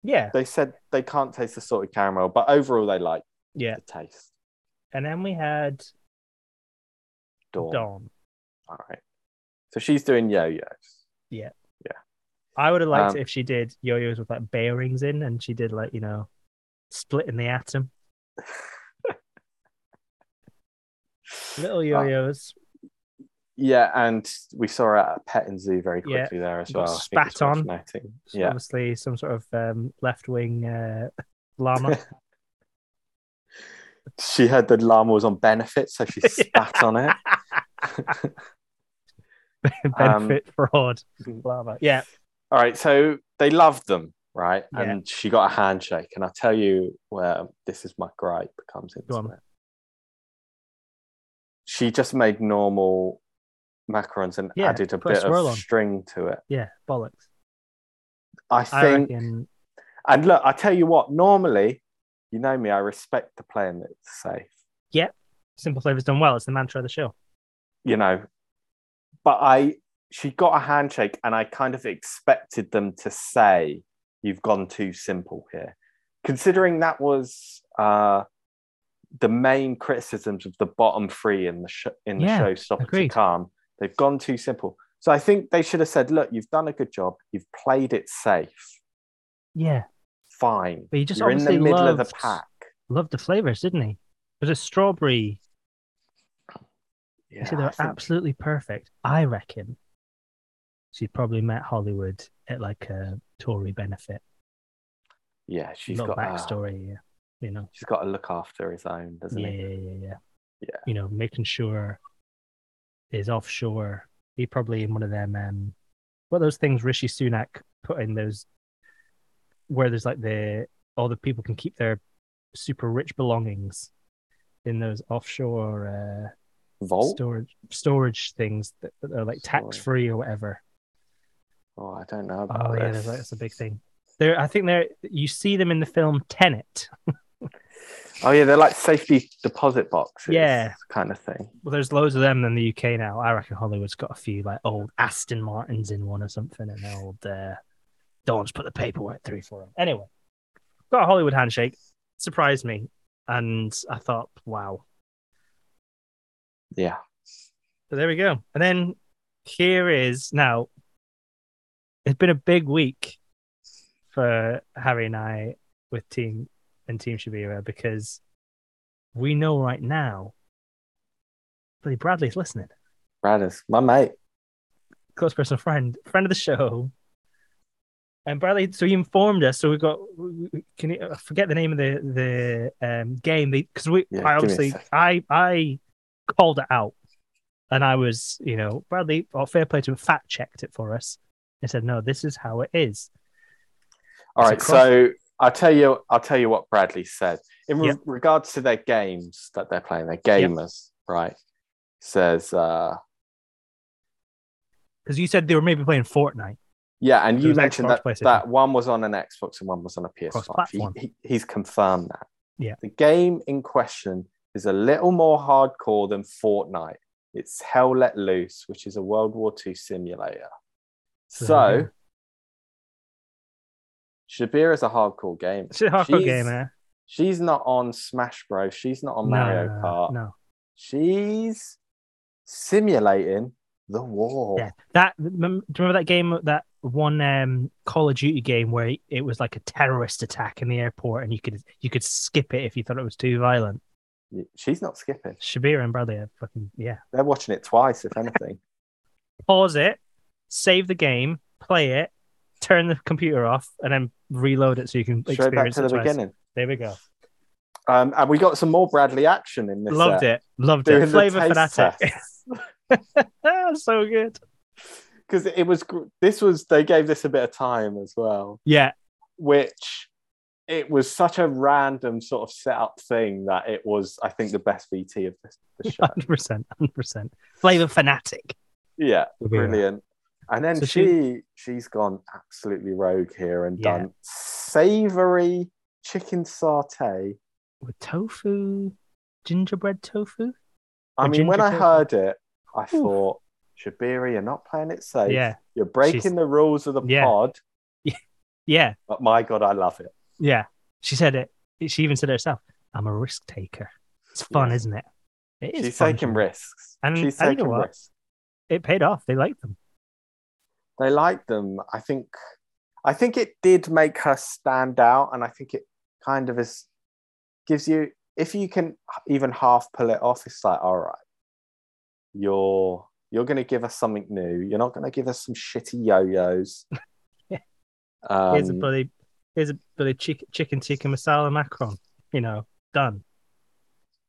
Speaker 1: yeah,
Speaker 2: They said they can't taste the salted caramel, but overall they like
Speaker 1: yeah.
Speaker 2: the taste.
Speaker 1: And then we had
Speaker 2: Dawn.
Speaker 1: Dawn.
Speaker 2: All right. So she's doing yo-yos.
Speaker 1: I would have liked
Speaker 2: Um,
Speaker 1: it if she did yo-yos with like bearings in, and she did like you know, splitting the atom, little
Speaker 2: Uh,
Speaker 1: yo-yos.
Speaker 2: yeah, and we saw her at a petting zoo very
Speaker 1: Yeah.
Speaker 2: quickly there as
Speaker 1: Got
Speaker 2: well. I think it's
Speaker 1: spat
Speaker 2: worth
Speaker 1: on.
Speaker 2: noting.
Speaker 1: So
Speaker 2: Yeah.
Speaker 1: Obviously, some sort of um, left-wing uh, llama.
Speaker 2: She heard the llama was on benefits, so she spat on it. Um,
Speaker 1: Benefit fraud llama. Yeah,
Speaker 2: mm-hmm. All right. So they loved them, right?
Speaker 1: Yeah.
Speaker 2: And she got a handshake. And I tell you where this is my gripe comes into
Speaker 1: Go on.
Speaker 2: it. She just made normal macarons and
Speaker 1: Yeah,
Speaker 2: added a
Speaker 1: put a
Speaker 2: bit
Speaker 1: swirl
Speaker 2: of
Speaker 1: on.
Speaker 2: string to it.
Speaker 1: Yeah, bollocks.
Speaker 2: I
Speaker 1: I
Speaker 2: think,
Speaker 1: reckon.
Speaker 2: and look, I tell you what, normally, you know me, I respect the plan that's safe,
Speaker 1: Simple Flavor's done well. It's the mantra of the show.
Speaker 2: you know, but I, she got a handshake and I kind of expected them to say, you've gone too simple here. Considering that was, uh, the main criticisms of the bottom three in the sh- in the
Speaker 1: Yeah,
Speaker 2: show stop it to
Speaker 1: agreed.
Speaker 2: calm they've gone too simple so i think they should have said look you've done a good job you've played it safe
Speaker 1: Yeah,
Speaker 2: fine
Speaker 1: but he just
Speaker 2: you're in the
Speaker 1: obviously
Speaker 2: middle of
Speaker 1: loved,
Speaker 2: the pack
Speaker 1: loved the flavors, didn't he? Was it strawberry?
Speaker 2: yeah,
Speaker 1: He said they
Speaker 2: I
Speaker 1: were
Speaker 2: think-
Speaker 1: absolutely perfect. I reckon she probably met Hollywood at like a Tory benefit.
Speaker 2: yeah she's
Speaker 1: little
Speaker 2: got uh, a,
Speaker 1: backstory, yeah. you know.
Speaker 2: she's got to look after his own doesn't
Speaker 1: Yeah,
Speaker 2: he
Speaker 1: yeah, yeah, yeah.
Speaker 2: Yeah.
Speaker 1: You know, making sure is offshore. He probably in one of them um what are those things Rishi Sunak put in those where there's like the all the people can keep their super rich belongings in those offshore uh,
Speaker 2: vault
Speaker 1: storage storage things that, that are like
Speaker 2: Oh. Sorry.
Speaker 1: tax free or whatever.
Speaker 2: oh i don't know about
Speaker 1: Oh yeah,
Speaker 2: this.
Speaker 1: that's, that's a big thing. There, I think there you see them in the film Tenet.
Speaker 2: oh yeah they're like safety deposit boxes
Speaker 1: Yeah.
Speaker 2: kind of thing
Speaker 1: Well, there's loads of them in the UK now. I reckon Hollywood's got a few like old Aston Martins in one or something, and old uh, Dawn's put the paperwork through for them. Anyway, got a Hollywood handshake. Surprised me, and I thought, wow.
Speaker 2: yeah
Speaker 1: So there we go. And then here is now. It's been a big week for Harry and I with Team and Team Shabira because we know right now. Billy Bradley's listening.
Speaker 2: Bradders, my mate
Speaker 1: close personal friend, friend of the show. And Bradley, so he informed us. So we got, can you I forget the name of the the um, game? Because we,
Speaker 2: Yeah, give me
Speaker 1: I
Speaker 2: a
Speaker 1: obviously,
Speaker 2: sec.
Speaker 1: I I called it out, and I was, you know, Bradley, or fair play to him, fact checked it for us. and said, no, this is how it is.
Speaker 2: All
Speaker 1: It's a
Speaker 2: right,
Speaker 1: cross-
Speaker 2: so I'll tell you. I'll tell you what Bradley said in re-
Speaker 1: Yep.
Speaker 2: regards to their games that they're playing. Their gamers, right? Says, uh,
Speaker 1: Because you said they were maybe playing Fortnite.
Speaker 2: yeah, and
Speaker 1: So
Speaker 2: you
Speaker 1: it was
Speaker 2: mentioned
Speaker 1: Xbox,
Speaker 2: that,
Speaker 1: PlayStation.
Speaker 2: that one was on an Xbox and one was on a PS5. He,
Speaker 1: Cross-platform.
Speaker 2: he, he's confirmed that.
Speaker 1: Yeah.
Speaker 2: the game in question is a little more hardcore than Fortnite. It's Hell Let Loose, which is a World War II simulator.
Speaker 1: there we
Speaker 2: So, Shabir is a hardcore game.
Speaker 1: It's a hardcore
Speaker 2: She's-
Speaker 1: game, eh?
Speaker 2: She's not on Smash Bros. She's not on
Speaker 1: No,
Speaker 2: Mario
Speaker 1: no,
Speaker 2: Kart.
Speaker 1: No,
Speaker 2: She's simulating the war.
Speaker 1: yeah. That mem- do you remember that game? That one um, Call of Duty game where it was like a terrorist attack in the airport, and you could you could skip it if you thought it was too violent.
Speaker 2: She's not skipping.
Speaker 1: Shabira and Bradley are fucking yeah.
Speaker 2: They're watching it twice, if anything.
Speaker 1: Pause it, save the game, play it, turn the computer off, and then reload it so you can
Speaker 2: Straight back
Speaker 1: experience
Speaker 2: to
Speaker 1: it
Speaker 2: the
Speaker 1: twice.
Speaker 2: beginning.
Speaker 1: There we go.
Speaker 2: Um, and we got some more Bradley action in this. uh,
Speaker 1: Loved it. Loved it. Flavor fanatic. so good.
Speaker 2: Because it was, gr- this was, they gave this a bit of time as well,
Speaker 1: Yeah.
Speaker 2: which it was such a random sort of setup thing that it was, I think, the best VT of this, the show.
Speaker 1: Hundred percent. Hundred percent. Flavor fanatic.
Speaker 2: yeah.
Speaker 1: Shabira.
Speaker 2: Brilliant. And then
Speaker 1: So
Speaker 2: she,
Speaker 1: she-
Speaker 2: she has gone absolutely rogue here and
Speaker 1: Yeah.
Speaker 2: done savory chicken satay.
Speaker 1: With tofu, gingerbread tofu.
Speaker 2: I
Speaker 1: Or
Speaker 2: mean, when I
Speaker 1: ginger
Speaker 2: heard it, I
Speaker 1: Oof.
Speaker 2: thought, Shabiri, you're not playing it safe.
Speaker 1: Yeah.
Speaker 2: You're breaking
Speaker 1: She's-
Speaker 2: the rules of the
Speaker 1: Yeah.
Speaker 2: pod.
Speaker 1: Yeah.
Speaker 2: But my God, I love it.
Speaker 1: Yeah. She said it. She even said it herself. I'm a risk taker. It's fun,
Speaker 2: Yeah.
Speaker 1: isn't it? It is
Speaker 2: She's
Speaker 1: fun,
Speaker 2: taking
Speaker 1: isn't it?
Speaker 2: risks.
Speaker 1: And-
Speaker 2: She's
Speaker 1: and you know
Speaker 2: taking
Speaker 1: what?
Speaker 2: risks.
Speaker 1: It paid off. They liked them.
Speaker 2: They like them. I think, I think it did make her stand out. And I think it kind of is, gives you, if you can even half pull it off, it's like, all right, you're, you're going to give us something new. You're not going to give us some shitty yo-yos.
Speaker 1: Yeah. here's a
Speaker 2: Um,
Speaker 1: bloody, here's a bloody chick, chicken tikka masala macron. You know, done.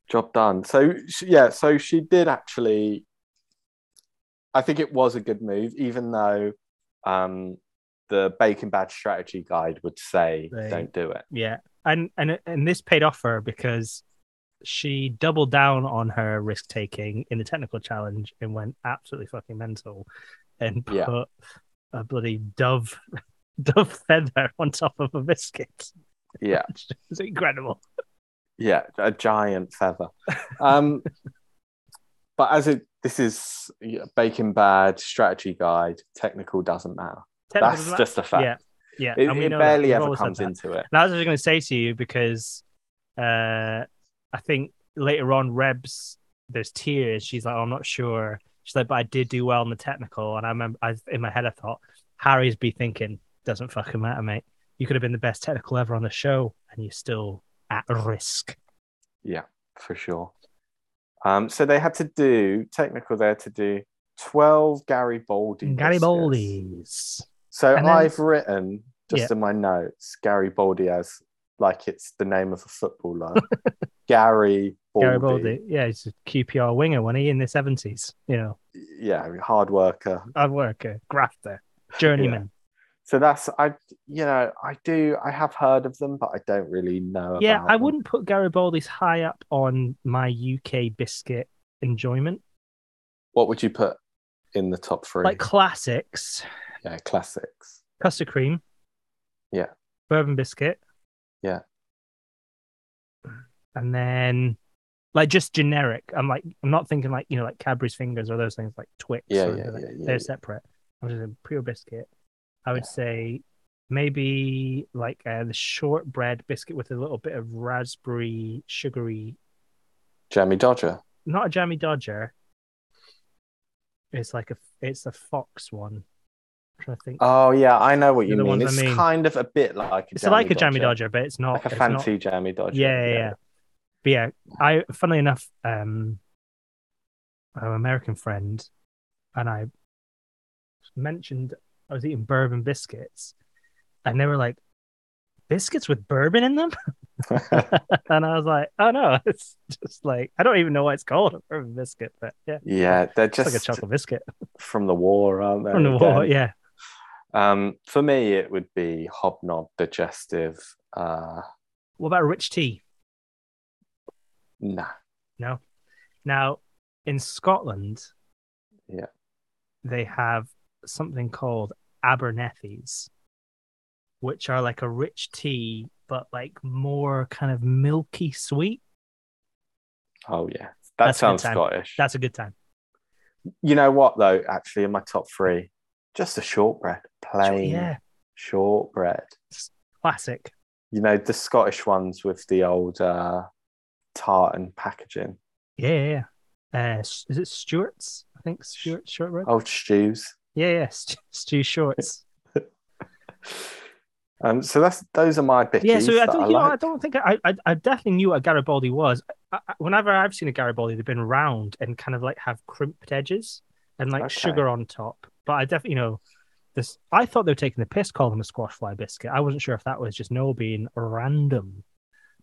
Speaker 2: job done. So sh- yeah, so she did actually. I think it was a good move, even though um, the bacon bad strategy guide would say
Speaker 1: Right.
Speaker 2: don't do it.
Speaker 1: Yeah, and and and this paid off for her because she doubled down on her risk taking in the technical challenge and went absolutely fucking mental and put
Speaker 2: Yeah.
Speaker 1: a bloody dove dove feather on top of a biscuit.
Speaker 2: Yeah,
Speaker 1: It's incredible.
Speaker 2: yeah, a giant feather. Um, but as it, this is yeah, bacon bad strategy guide, technical doesn't matter.
Speaker 1: Technical
Speaker 2: That's
Speaker 1: doesn't
Speaker 2: just a fact.
Speaker 1: Yeah, matter. yeah,
Speaker 2: It,
Speaker 1: and we
Speaker 2: it
Speaker 1: know that.
Speaker 2: barely
Speaker 1: We've
Speaker 2: ever
Speaker 1: always said
Speaker 2: comes
Speaker 1: that.
Speaker 2: into it.
Speaker 1: And I was just going to say to you because uh, I think later on, Rebs, there's tears. She's like, "Oh, I'm not sure. She's like, but I did do well in the technical. And I remember I, in my head, I thought, Harry's be thinking, doesn't fucking matter, mate. You could have been the best technical ever on the show, and you're still at risk.
Speaker 2: for sure. Um, so they had to do technical there to do twelve Gary Baldy.
Speaker 1: Garibaldi's.
Speaker 2: So
Speaker 1: And then-
Speaker 2: I've written just
Speaker 1: Yeah.
Speaker 2: in my notes Gary Baldy as like it's the name of a footballer. Gary Baldy.
Speaker 1: Garibaldi. Yeah, he's a QPR winger, wasn't he, in the 70s? You know,
Speaker 2: Yeah, hard worker.
Speaker 1: hard worker, grafter, journeyman.
Speaker 2: So that's I you know, I do I have heard of them, but I don't really know
Speaker 1: yeah,
Speaker 2: about
Speaker 1: I
Speaker 2: them.
Speaker 1: wouldn't put Garibaldi's high up on my UK biscuit enjoyment.
Speaker 2: What would you put in the top three?
Speaker 1: Like classics,
Speaker 2: yeah, classics.
Speaker 1: custard cream.
Speaker 2: Yeah.
Speaker 1: Bourbon biscuit.
Speaker 2: Yeah.
Speaker 1: And then like just generic. I'm like I'm not thinking like, you know, like Cadbury's fingers or those things like Twix. or
Speaker 2: Yeah, yeah,
Speaker 1: anything like-
Speaker 2: yeah, yeah,
Speaker 1: They're
Speaker 2: yeah.
Speaker 1: separate. I'm just a pure biscuit. I would say maybe like uh, the shortbread biscuit with a little bit of raspberry sugary
Speaker 2: Jamie Dodger.
Speaker 1: not a jammy dodger. It's like a it's a fox one. I'm trying to think.
Speaker 2: Oh yeah, I know what you
Speaker 1: They're the
Speaker 2: mean.
Speaker 1: ones I
Speaker 2: It's
Speaker 1: mean.
Speaker 2: kind of a bit like a
Speaker 1: it's
Speaker 2: Jamie
Speaker 1: like a jammy dodger, but it's not
Speaker 2: Like a
Speaker 1: it's not-
Speaker 2: fancy Jamie Dodger.
Speaker 1: yeah, yeah, yeah. But yeah, I funnily enough, um, an American friend and I mentioned I was eating bourbon biscuits, and they were like, biscuits with bourbon in them, and I was like, oh no, it's just like I don't even know what it's called, a bourbon biscuit, but yeah,
Speaker 2: Yeah, they're
Speaker 1: it's
Speaker 2: just
Speaker 1: like a chocolate biscuit
Speaker 2: from the war, aren't they?
Speaker 1: from the war,
Speaker 2: again?
Speaker 1: yeah.
Speaker 2: Um, for me, it would be hobnob, digestive. Uh,
Speaker 1: What about rich tea?
Speaker 2: nah,
Speaker 1: Now, in Scotland,
Speaker 2: Yeah.
Speaker 1: they have something called Abernethys, which are like a rich tea, but like more kind of milky sweet.
Speaker 2: oh yeah, that
Speaker 1: That's a good
Speaker 2: sounds
Speaker 1: time.
Speaker 2: Scottish.
Speaker 1: That's a good time.
Speaker 2: You know what though? Actually, in my top three, just a shortbread, plain
Speaker 1: Yeah,
Speaker 2: shortbread.
Speaker 1: classic.
Speaker 2: You know the Scottish ones with the old uh, tartan packaging,
Speaker 1: Yeah, yeah, yeah. Uh, is it Stewart's? I think Stewart's shortbread.
Speaker 2: old stews.
Speaker 1: Yeah, yeah, Stu, Stu Shorts.
Speaker 2: Um, so that's those are my pickies.
Speaker 1: Yeah, so I
Speaker 2: that
Speaker 1: don't,
Speaker 2: I
Speaker 1: you know, I
Speaker 2: like.
Speaker 1: don't think I, I, I definitely knew what a Garibaldi was. I, I, whenever I've seen a Garibaldi, they've been round and kind of like have crimped edges and like
Speaker 2: Okay.
Speaker 1: sugar on top. But I definitely, you know, this. I thought they were taking the piss, calling them a squash fly biscuit. I wasn't sure if that was just no being random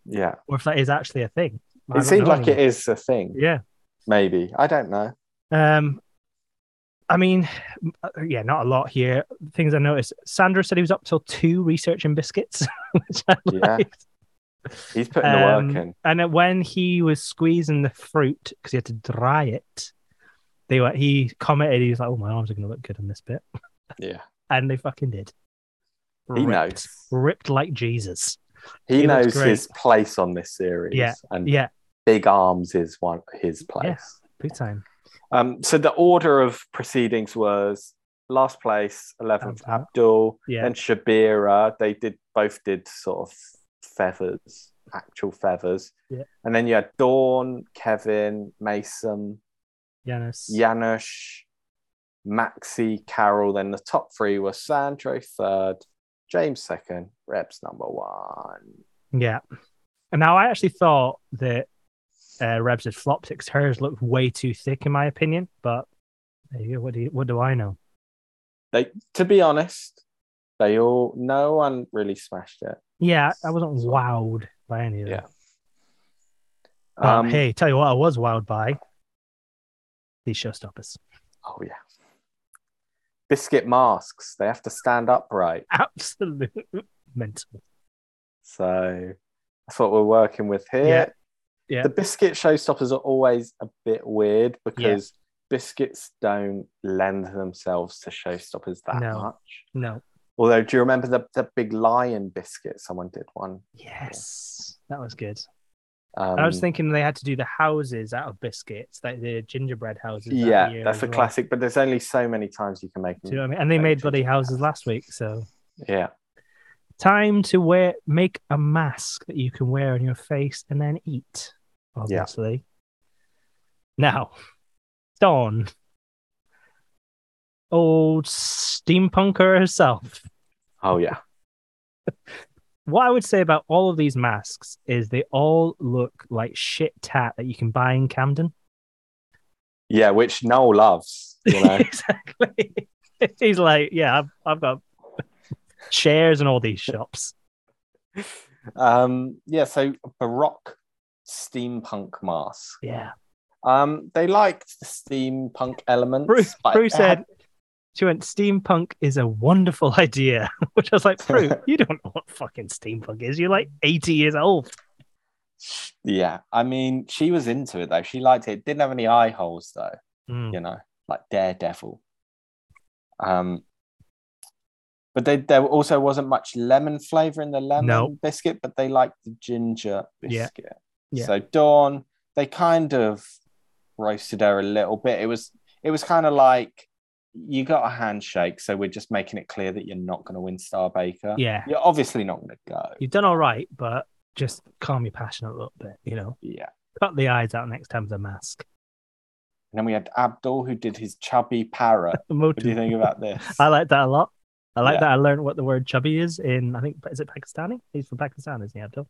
Speaker 2: Yeah,
Speaker 1: or if that is actually a thing.
Speaker 2: it seems like it is a thing.
Speaker 1: Yeah.
Speaker 2: Maybe I don't know.
Speaker 1: Um, I mean, uh, yeah, not a lot here. Things I noticed. Sandra said he was up till two researching biscuits, which I
Speaker 2: Yeah.
Speaker 1: liked.
Speaker 2: He's putting the
Speaker 1: Um,
Speaker 2: work in.
Speaker 1: And then when he was squeezing the fruit because he had to dry it, they were he commented he was like, "Oh, my arms are going to look good on this bit,"
Speaker 2: Yeah,
Speaker 1: and they fucking did.
Speaker 2: he
Speaker 1: Ripped.
Speaker 2: knows.
Speaker 1: ripped like Jesus.
Speaker 2: He,
Speaker 1: He looks
Speaker 2: knows
Speaker 1: great.
Speaker 2: his place on this series.
Speaker 1: Yeah,
Speaker 2: And
Speaker 1: Yeah,
Speaker 2: Big Arms is one his place.
Speaker 1: big time.
Speaker 2: Um, so the order of proceedings was last place, eleventh
Speaker 1: Abdul.
Speaker 2: Abdul,
Speaker 1: Yeah.
Speaker 2: then Shabira. They did both did sort of feathers, actual feathers.
Speaker 1: Yeah.
Speaker 2: And then you had Dawn, Kevin, Mason,
Speaker 1: Yanis.
Speaker 2: Janusz, Maxi, Carol. Then the top three were Sandro third, James second, Rebs number one.
Speaker 1: Yeah. And now I actually thought that uh, Rebs had flopped because hers looked way too thick, in my opinion. But there you go. What do you, what do I know?
Speaker 2: they to be honest they all no one really smashed it
Speaker 1: Yeah, I wasn't wowed by any of them.
Speaker 2: Yeah.
Speaker 1: But Oh,
Speaker 2: Um,
Speaker 1: Um, hey, tell you what, I was wowed by these showstoppers.
Speaker 2: oh yeah biscuit masks. They have to stand upright.
Speaker 1: Absolute mental.
Speaker 2: So that's what we're working with here.
Speaker 1: Yeah. Yeah.
Speaker 2: The biscuit showstoppers are always a bit weird because biscuits don't lend themselves to showstoppers that
Speaker 1: No.
Speaker 2: much.
Speaker 1: No.
Speaker 2: Although, do you remember the, the big lion biscuit? Someone did one.
Speaker 1: Yes. That was good.
Speaker 2: Um,
Speaker 1: And I was thinking they had to do the houses out of biscuits, like the gingerbread houses. that
Speaker 2: yeah,
Speaker 1: year
Speaker 2: that's
Speaker 1: as
Speaker 2: a
Speaker 1: well.
Speaker 2: classic, but there's only so many times you can make
Speaker 1: Do you know
Speaker 2: them.
Speaker 1: what I mean? And they made bloody houses last week, so
Speaker 2: Yeah.
Speaker 1: time to wear make a mask that you can wear on your face and then eat obviously now dawn old steampunker herself
Speaker 2: Oh, yeah.
Speaker 1: what i would say about all of these masks is they all look like shit tat that you can buy in camden
Speaker 2: Yeah, which Noel loves. You know?
Speaker 1: exactly he's like yeah i've, I've got shares in all these shops
Speaker 2: um, yeah, so Baroque steampunk mask.
Speaker 1: yeah
Speaker 2: Um, they liked the steampunk elements.
Speaker 1: Bruce,
Speaker 2: but
Speaker 1: Bruce
Speaker 2: it had-
Speaker 1: said, she went, steampunk is a wonderful idea. Which I was like, Bruce, you don't know what fucking steampunk is. You're like 80 years old.
Speaker 2: Yeah, I mean, she was into it though. She liked it. Didn't have any eye holes though.
Speaker 1: Mm.
Speaker 2: you know, like Daredevil. Um, but they, there also wasn't much lemon flavor in the lemon
Speaker 1: No.
Speaker 2: biscuit, but they liked the ginger
Speaker 1: Yeah.
Speaker 2: biscuit.
Speaker 1: Yeah.
Speaker 2: So Dawn, they kind of roasted her a little bit. It was it was kind of like you got a handshake, so we're just making it clear that you're not going to win Star Baker.
Speaker 1: Yeah.
Speaker 2: You're obviously not going to go.
Speaker 1: You've done all right, but just calm your passion a little bit, you know.
Speaker 2: Yeah.
Speaker 1: Cut the eyes out next time with a mask.
Speaker 2: And then we had Abdul who did his chubby parrot. What do
Speaker 1: Motu.
Speaker 2: you think about this?
Speaker 1: I like that a lot. I like
Speaker 2: Yeah.
Speaker 1: that I learned what the word chubby is in, I think, is it Pakistani? He's from Pakistan, isn't he, Abdul?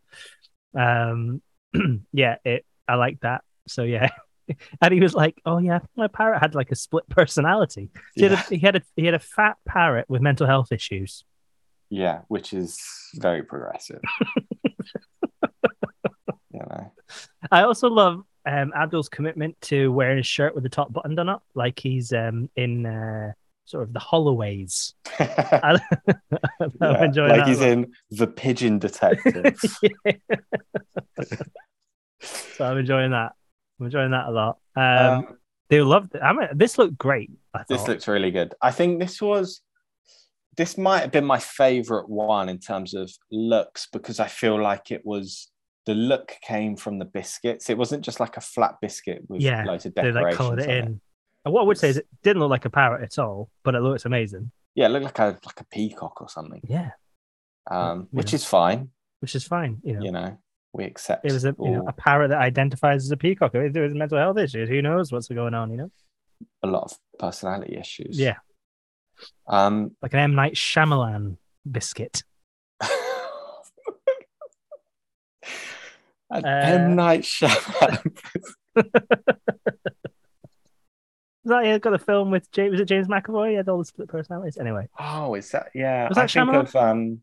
Speaker 1: Um, yeah, it, I like that. So, yeah. and he was like, oh, yeah, my parrot had like a split personality. He had, a,
Speaker 2: Yeah.
Speaker 1: he had a he had a fat parrot with mental health issues.
Speaker 2: Yeah, which is very progressive. you know.
Speaker 1: I also love um, Abdul's commitment to wearing his shirt with the top button done up, like he's um, in uh, sort of the Holloways. I, I'm
Speaker 2: Yeah,
Speaker 1: enjoying
Speaker 2: like
Speaker 1: that
Speaker 2: he's
Speaker 1: a lot.
Speaker 2: in The Pigeon Detective.
Speaker 1: So I'm enjoying that. I'm enjoying that a lot. Um,
Speaker 2: Um,
Speaker 1: they loved it. I mean, this looked great. I
Speaker 2: this
Speaker 1: thought.
Speaker 2: looks really good. I think this was this might have been my favorite one in terms of looks because I feel like it was the look came from the biscuits. It wasn't just like a flat biscuit with
Speaker 1: Yeah,
Speaker 2: loads of
Speaker 1: they
Speaker 2: decorations.
Speaker 1: like coloured it
Speaker 2: on
Speaker 1: in. And what I would say is it didn't look like a parrot at all, but it looks amazing.
Speaker 2: Yeah, it looked like a like a peacock or something.
Speaker 1: Yeah,
Speaker 2: Um,
Speaker 1: Yeah.
Speaker 2: which is fine.
Speaker 1: which is fine. You know,
Speaker 2: You know, we accept.
Speaker 1: it was a, you know,
Speaker 2: all-
Speaker 1: a parrot that identifies as a peacock. If there was mental health issues, who knows what's going on? You know,
Speaker 2: a lot of personality issues.
Speaker 1: yeah,
Speaker 2: Um,
Speaker 1: like an M Night Shyamalan biscuit.
Speaker 2: An
Speaker 1: Uh,
Speaker 2: M Night Shyamalan.
Speaker 1: Is that yeah, got the film with James? Was it James McAvoy? He had all the split personalities. Anyway,
Speaker 2: oh, is that yeah?
Speaker 1: Was that
Speaker 2: I think
Speaker 1: Shyamalan?
Speaker 2: of um,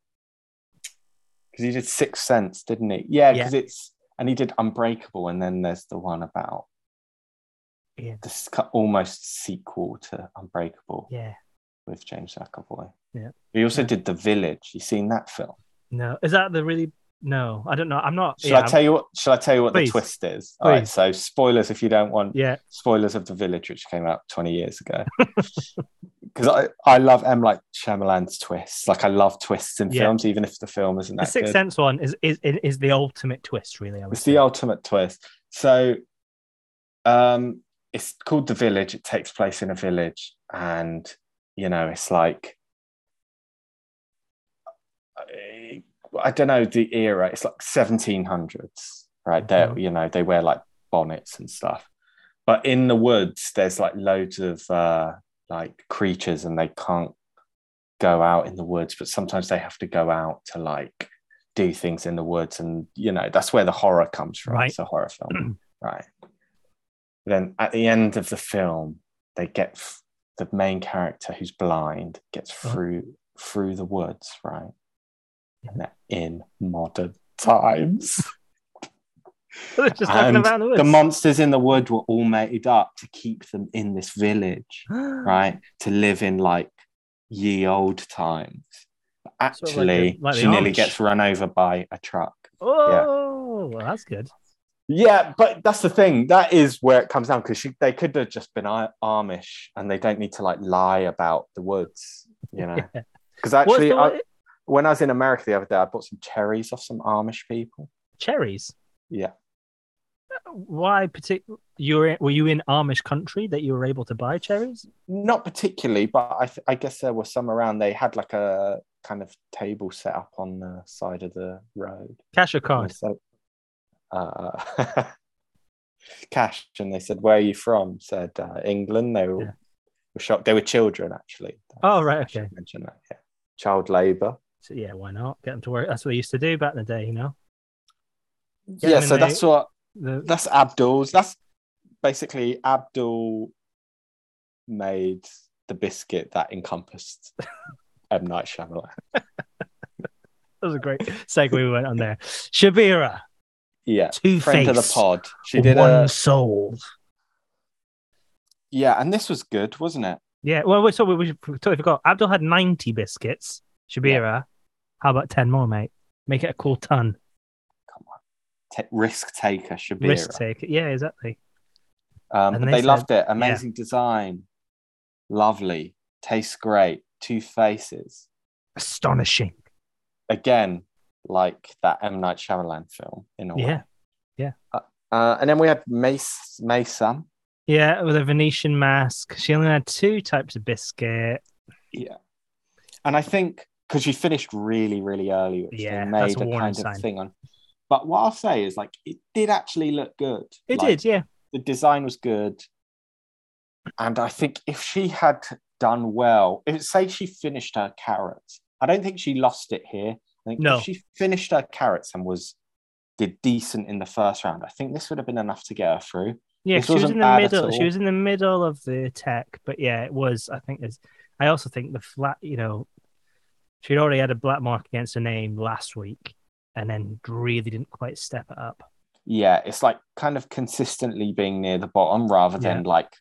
Speaker 2: because he did Sixth Sense, didn't he? Yeah,
Speaker 1: Yeah.
Speaker 2: because it's and he did Unbreakable, and then there's the one about
Speaker 1: Yeah.
Speaker 2: this cu- almost sequel to Unbreakable
Speaker 1: yeah,
Speaker 2: with James McAvoy.
Speaker 1: Yeah.
Speaker 2: He also
Speaker 1: Yeah.
Speaker 2: did The Village. You seen that film?
Speaker 1: no, is that the really? No, I don't know. I'm not.
Speaker 2: Shall
Speaker 1: yeah,
Speaker 2: I tell you what? Shall I tell you what
Speaker 1: Please.
Speaker 2: the twist is? All right.
Speaker 1: Please.
Speaker 2: So spoilers if you don't want
Speaker 1: yeah,
Speaker 2: spoilers of The Village, which came out 20 years ago. Because I, I love M. Like Shyamalan's twists. Like I love twists in
Speaker 1: Yeah.
Speaker 2: films, even if the film isn't
Speaker 1: the
Speaker 2: that
Speaker 1: Sixth
Speaker 2: good.
Speaker 1: Sense one is is is the ultimate twist, really. I would
Speaker 2: It's
Speaker 1: say.
Speaker 2: the ultimate twist. So, um, it's called The Village. It takes place in a village, and you know, it's like I- I don't know the era. It's like 1700s, right? They,
Speaker 1: Mhm.
Speaker 2: you know, they wear like bonnets and stuff. But in the woods, there's like loads of uh, like creatures, and they can't go out in the woods. But sometimes they have to go out to like do things in the woods and you know that's where the horror comes from
Speaker 1: Right.
Speaker 2: it's a horror film right then at the end of the film they get f- the main character who's blind gets
Speaker 1: Right.
Speaker 2: through through the woods right
Speaker 1: Yeah.
Speaker 2: and they're in modern times
Speaker 1: They're just walking
Speaker 2: and
Speaker 1: around the woods.
Speaker 2: the monsters in the wood were all made up to keep them in this village right to live in like ye old times. But
Speaker 1: Sort of like
Speaker 2: actually,
Speaker 1: the- like the
Speaker 2: she nearly
Speaker 1: Amish.
Speaker 2: gets run over by a truck.
Speaker 1: Oh, well, that's good.
Speaker 2: Yeah, but that's the thing. That is where it comes down because they could have just been I- Amish, and they don't need to like lie about the woods, you know.
Speaker 1: What's
Speaker 2: Because actually,
Speaker 1: the
Speaker 2: I,
Speaker 1: word?
Speaker 2: when I was in America the other day, I bought some cherries off some Amish people.
Speaker 1: cherries.
Speaker 2: Yeah.
Speaker 1: Why particular? You were were you in Amish country that you were able to buy cherries?
Speaker 2: Not particularly, but I, th- I guess there were some around. They had like a kind of table set up on the side of the road.
Speaker 1: Cash or
Speaker 2: And
Speaker 1: card?
Speaker 2: they said, uh, cash, and they said, "Where are you from?" Said uh, England. They were,
Speaker 1: Yeah.
Speaker 2: were shocked. They were children, actually.
Speaker 1: Oh right,
Speaker 2: I
Speaker 1: okay.
Speaker 2: should mention that. Yeah. Child labour.
Speaker 1: So, yeah, why not get them to work? That's what we used to do back in the day, you know.
Speaker 2: Yeah,
Speaker 1: them in
Speaker 2: so
Speaker 1: there.
Speaker 2: that's what
Speaker 1: The,
Speaker 2: that's Abdul's. That's basically Abdul made the biscuit that encompassed M Night Shyamalan.
Speaker 1: that was a great segue we went on there. Shabira,
Speaker 2: Yeah,
Speaker 1: two
Speaker 2: friend of the
Speaker 1: face,
Speaker 2: pod. She did
Speaker 1: one
Speaker 2: a
Speaker 1: soul.
Speaker 2: yeah, and this was good, wasn't it?
Speaker 1: Yeah. Well, we so we, we totally forgot. Abdul had ninety biscuits. Shabira, how about ten more, mate? Make it a cool ton.
Speaker 2: Ta- risk taker, Shabira.
Speaker 1: Risk take. Yeah, exactly.
Speaker 2: Um,
Speaker 1: And
Speaker 2: but
Speaker 1: they
Speaker 2: they,
Speaker 1: said-
Speaker 2: loved it. Amazing design, lovely, tastes great. Two faces
Speaker 1: Astonishing.
Speaker 2: again, like that M Night Shyamalan film in a way.
Speaker 1: Yeah.
Speaker 2: Uh, and then we had Mace Mason.
Speaker 1: Yeah, with a Venetian mask. She only had two types of biscuit.
Speaker 2: Yeah. And I think because you finished really, really early, which
Speaker 1: Yeah,
Speaker 2: they
Speaker 1: that's
Speaker 2: made
Speaker 1: a
Speaker 2: a,
Speaker 1: warning
Speaker 2: kind
Speaker 1: sign.
Speaker 2: of thing on. But what I'll say is, like, it did actually look good.
Speaker 1: It
Speaker 2: Like,
Speaker 1: did, yeah.
Speaker 2: The design was good. And I think if she had done well, if say she finished her carrots, I don't think she lost it here. I think
Speaker 1: No.
Speaker 2: if she finished her carrots and was did decent in the first round, I think this would have been enough to get her through.
Speaker 1: Yeah,
Speaker 2: This
Speaker 1: she was
Speaker 2: wasn't
Speaker 1: in the
Speaker 2: bad at
Speaker 1: middle. She
Speaker 2: all.
Speaker 1: was in the middle of the attack, but yeah, it was. I think is. I also think the flat. You know, she'd already had a black mark against her name last week, and then really didn't quite step it up.
Speaker 2: yeah, it's like kind of consistently being near the bottom rather than like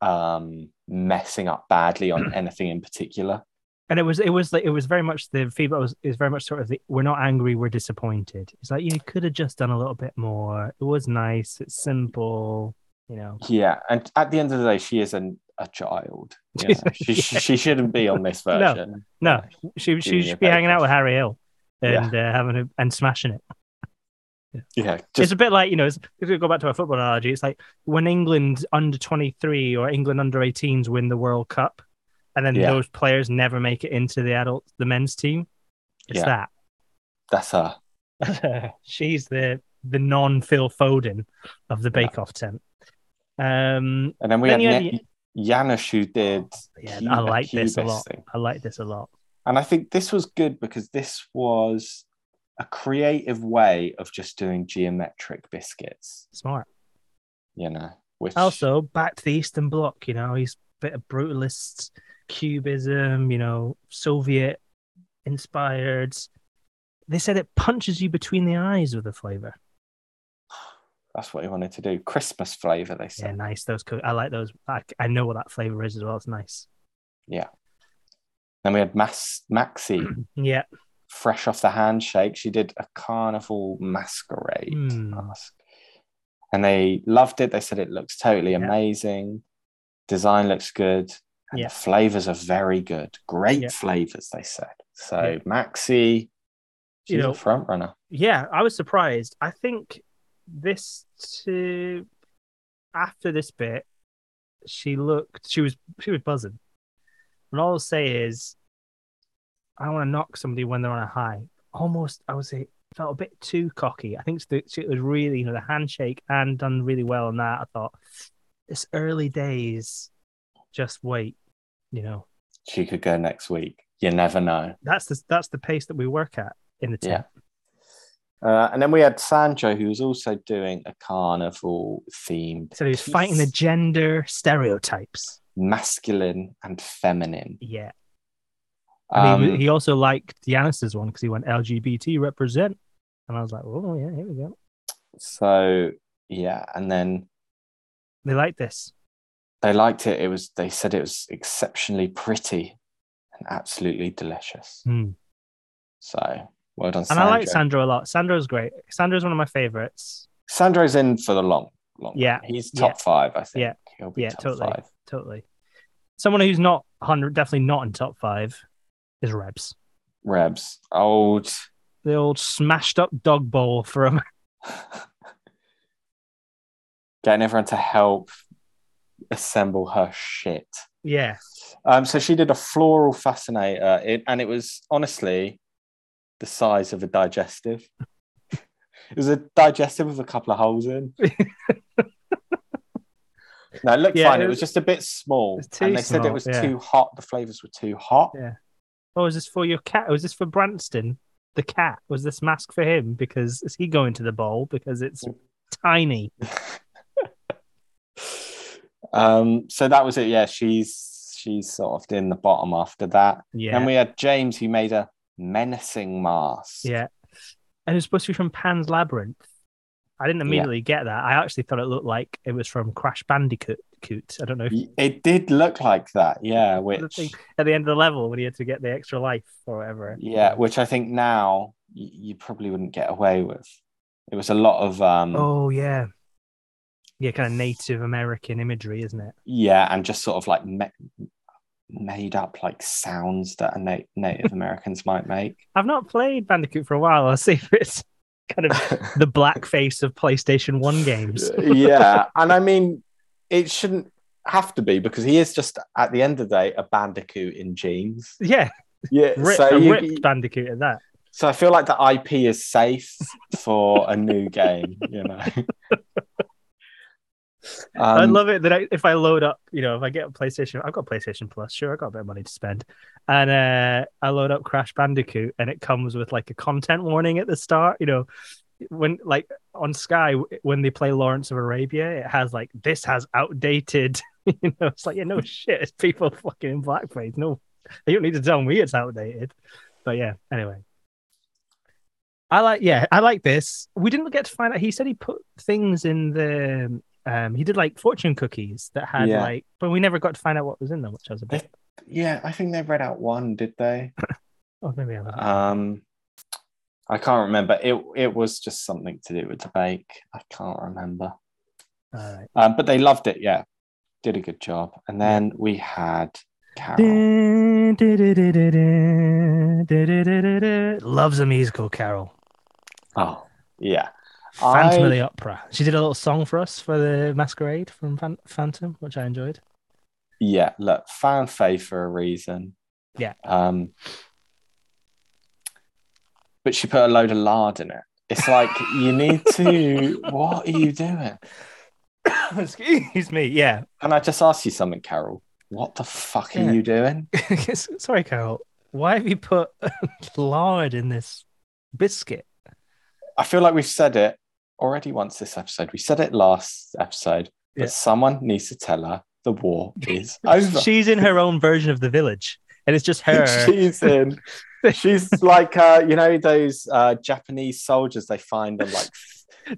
Speaker 2: um messing up badly on anything in particular.
Speaker 1: And it was, it was like, it was very much the feedback was is very much sort of the, we're not angry, we're disappointed. It's like you could have just done a little bit more. It was nice. It's simple. You know,
Speaker 2: Yeah, and at the end of the day, she is an, a child. you know. she, she she shouldn't be on this
Speaker 1: No,
Speaker 2: version.
Speaker 1: no. she
Speaker 2: Junior
Speaker 1: she should be hanging out with
Speaker 2: papers.
Speaker 1: Harry Hill
Speaker 2: Yeah.
Speaker 1: and uh, having a, and smashing it.
Speaker 2: yeah,
Speaker 1: it's
Speaker 2: just
Speaker 1: a bit like you know, it's, if we go back to our football analogy, it's like when England under twenty three or England under 18s win the World Cup, and then
Speaker 2: Yeah.
Speaker 1: those players never make it into the adult the men's team. It's
Speaker 2: that's her.
Speaker 1: that she's the the non Phil Foden of the Bake Off tent. Um,
Speaker 2: And then we
Speaker 1: Then you
Speaker 2: had
Speaker 1: had Oh,
Speaker 2: Ne- Janusz who did.
Speaker 1: yeah,
Speaker 2: Cu-
Speaker 1: I like
Speaker 2: Cubist
Speaker 1: this a lot.
Speaker 2: thing.
Speaker 1: I like this a lot.
Speaker 2: And I think this was good because this was a creative way of just doing geometric biscuits.
Speaker 1: Smart.
Speaker 2: You know, which
Speaker 1: Also, back to the Eastern Bloc. You know, he's a bit of brutalist cubism. You know, Soviet inspired. They said it punches you between the eyes with the flavor.
Speaker 2: that's what he wanted to do. Christmas flavor, they
Speaker 1: Yeah,
Speaker 2: said.
Speaker 1: nice. Those cook. I like those. I, I know what that flavor is as well. It's nice.
Speaker 2: Then we had Mas- Maxi,
Speaker 1: Yeah,
Speaker 2: fresh off the handshake. She did a carnival masquerade
Speaker 1: Hmm.
Speaker 2: mask. And they loved it. They said it looks totally
Speaker 1: Yeah.
Speaker 2: amazing. Design looks good. And
Speaker 1: Yeah.
Speaker 2: the flavors are very good. Great
Speaker 1: Yeah.
Speaker 2: flavors, they said. So
Speaker 1: Yeah.
Speaker 2: Maxi, she's
Speaker 1: You know-
Speaker 2: a front runner.
Speaker 1: yeah. I was surprised. I think this to after this bit, she looked. She was she was buzzing. And all I'll say is, I want to knock somebody when they're on a high. Almost, I would say, felt a bit too cocky. I think the- it was really, you know, the handshake and done really well on that. I thought it's early days. Just wait, you know.
Speaker 2: She could go next week. You never know.
Speaker 1: That's the that's the pace that we work at in the team.
Speaker 2: Yeah. Uh, and then we had Sancho, who was also doing a carnival themed.
Speaker 1: So he was fighting the gender stereotypes.
Speaker 2: masculine and feminine.
Speaker 1: Yeah. And
Speaker 2: Um,
Speaker 1: he, he also liked Giannis's one because he went LGBT represent. And I was like, oh, yeah, here we go.
Speaker 2: So yeah, and then
Speaker 1: They like this.
Speaker 2: they liked it. It was they said it was exceptionally pretty. and absolutely delicious.
Speaker 1: Mm.
Speaker 2: So well done,
Speaker 1: And
Speaker 2: Sandra.
Speaker 1: I like Sandro a lot. Sandro's great. Sandro's one of my favorites.
Speaker 2: Sandro's in for the long, long.
Speaker 1: Yeah.
Speaker 2: run. he's
Speaker 1: Yeah.
Speaker 2: top five, I think.
Speaker 1: Yeah.
Speaker 2: he'll be
Speaker 1: Yeah,
Speaker 2: top
Speaker 1: totally.
Speaker 2: five.
Speaker 1: Totally. Someone who's not hundred, definitely not in top five, is Rebs.
Speaker 2: Rebs, old.
Speaker 1: The old smashed up dog bowl from
Speaker 2: Getting everyone to help assemble her shit.
Speaker 1: yeah.
Speaker 2: Um, so she did a floral fascinator, it, and it was honestly the size of a digestive. it was a digestive with a couple of holes in. no, it looked
Speaker 1: Yeah,
Speaker 2: fine. It
Speaker 1: it
Speaker 2: was
Speaker 1: was-
Speaker 2: just a bit small,
Speaker 1: It's too
Speaker 2: and they said it
Speaker 1: small,
Speaker 2: was
Speaker 1: yeah.
Speaker 2: too hot. The flavors were too hot.
Speaker 1: Yeah. Oh, is this for your cat? Was this for Branston? The cat was this mask for him because is he going to the bowl because it's tiny?
Speaker 2: Um, so that was it. Yeah, she's she's sort of in the bottom after that.
Speaker 1: Yeah,
Speaker 2: And we had James who made a menacing mask.
Speaker 1: yeah. And it's supposed to be from Pan's Labyrinth. I didn't immediately get that. I actually thought it looked like it was from Crash Bandicoot. Coot. I don't know if
Speaker 2: It did look like that, yeah.
Speaker 1: the
Speaker 2: Which
Speaker 1: thing at the end of the level when you had to get the extra life or whatever.
Speaker 2: Yeah, which I think now y- you probably wouldn't get away with. It was a lot of um
Speaker 1: Oh yeah. Yeah, kind of Native American imagery, isn't it?
Speaker 2: yeah, and just sort of like ma- made up like sounds that a na- Native Americans might make.
Speaker 1: I've not played Bandicoot for a while. I'll see if it's kind of the black face of PlayStation 1 games.
Speaker 2: yeah, and I mean it shouldn't have to be because he is just at the end of the day a bandicoot in jeans.
Speaker 1: Yeah,
Speaker 2: Yeah,
Speaker 1: rip,
Speaker 2: so
Speaker 1: a
Speaker 2: you-
Speaker 1: ripped Bandicoot at that.
Speaker 2: so I feel like the IP is safe for a new game, you know.
Speaker 1: I
Speaker 2: Um,
Speaker 1: love it that I, if I load up, you know, if I get a PlayStation, I've got PlayStation Plus, sure, I've got a bit of money to spend. And uh, I load up Crash Bandicoot and it comes with like a content warning at the start, you know, when like on Sky, w- when they play Lawrence of Arabia, it has like, this has outdated, you know, it's like, yeah, no shit, it's people fucking in blackface. No, you don't need to tell me it's outdated. But yeah, anyway. I like, yeah, I like this. We didn't get to find out. He said he put things in the, um, he did like fortune cookies that had
Speaker 2: Yeah.
Speaker 1: like, but we never got to find out what was in them, which I was a bit,
Speaker 2: Yeah, I think they read out one, did they?
Speaker 1: oh, maybe I was.
Speaker 2: Um, I can't remember. It it was just something to do with the bake. I can't remember.
Speaker 1: All right.
Speaker 2: Um, but they loved it. Yeah, did a good job. And then we had Carol.
Speaker 1: Dun, dun, dun, dun, dun, dun, dun, dun, dun, dun, dun. Loves a musical, Carol.
Speaker 2: Oh, yeah.
Speaker 1: Phantom of
Speaker 2: I-
Speaker 1: the Opera. She did a little song for us for the masquerade from Phan- Phantom, which I enjoyed.
Speaker 2: yeah, look, fan fave for a reason.
Speaker 1: Yeah.
Speaker 2: Um, but she put a load of lard in it. It's like you need to. What are you doing?
Speaker 1: Excuse me. Yeah.
Speaker 2: Can I just ask you something, Carol? What the fuck are
Speaker 1: Yeah.
Speaker 2: you doing?
Speaker 1: Sorry, Carol. Why have you put lard in this biscuit?
Speaker 2: I feel like we've said it already once this episode. We said it last episode, but
Speaker 1: Yeah.
Speaker 2: someone needs to tell her the war is over.
Speaker 1: She's in her own version of the village, and it's just her.
Speaker 2: She's in. She's like, uh, you know, those uh, Japanese soldiers they find on like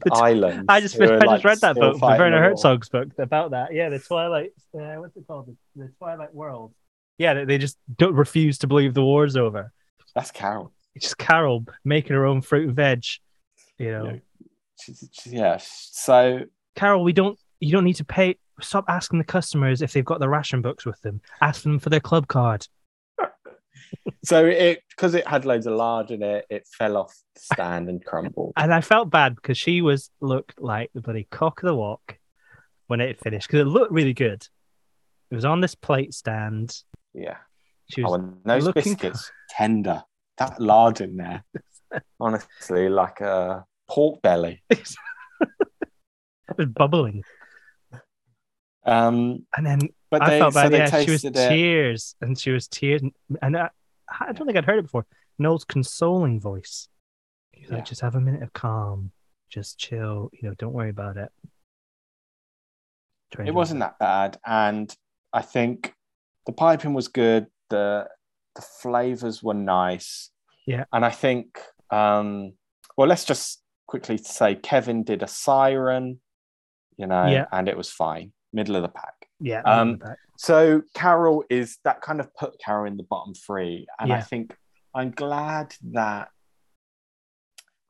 Speaker 1: The
Speaker 2: islands.
Speaker 1: I just
Speaker 2: who are,
Speaker 1: I
Speaker 2: like,
Speaker 1: just read that
Speaker 2: still
Speaker 1: book, the
Speaker 2: fighting
Speaker 1: Werner
Speaker 2: the war.
Speaker 1: Herzog's book about that. Yeah, the Twilight. Uh, what's it called? The, the Twilight World. Yeah, they, they just don't refuse to believe the war's over.
Speaker 2: That's Carol.
Speaker 1: It's just Carol making her own fruit and veg. You know,
Speaker 2: Yeah. She's, she's, yeah. So
Speaker 1: Carol, we don't. You don't need to pay. Stop asking the customers if they've got the ration books with them. Ask them for their club card.
Speaker 2: so it because it had loads of lard in it, it fell off the stand and crumbled.
Speaker 1: And I felt bad because she was looked like the bloody cock of the walk when it finished because it looked really good. It was on this plate stand.
Speaker 2: Yeah.
Speaker 1: She
Speaker 2: Oh,
Speaker 1: was
Speaker 2: and those
Speaker 1: looking-
Speaker 2: biscuits tender. That lard in there, honestly, like a pork belly.
Speaker 1: it was bubbling,
Speaker 2: Um,
Speaker 1: and then
Speaker 2: but
Speaker 1: I
Speaker 2: they,
Speaker 1: felt
Speaker 2: so
Speaker 1: bad.
Speaker 2: they
Speaker 1: yeah, she was
Speaker 2: tasted it.
Speaker 1: tears, and she was tears, and I, I don't think I'd heard it before. Noel's consoling voice. He's
Speaker 2: Yeah.
Speaker 1: like, "Just have a minute of calm, just chill. You know, don't worry about it." Try and
Speaker 2: It
Speaker 1: enjoy
Speaker 2: wasn't that bad, and I think the piping was good. the The flavors were nice.
Speaker 1: Yeah.
Speaker 2: and I think, um, well, let's just quickly say Kevin did a siren, you know,
Speaker 1: Yeah.
Speaker 2: and it was fine, middle of the pack.
Speaker 1: Yeah.
Speaker 2: Um,
Speaker 1: that.
Speaker 2: So Carol is that kind of put Carol in the bottom three, and I
Speaker 1: Yeah.
Speaker 2: think I'm glad that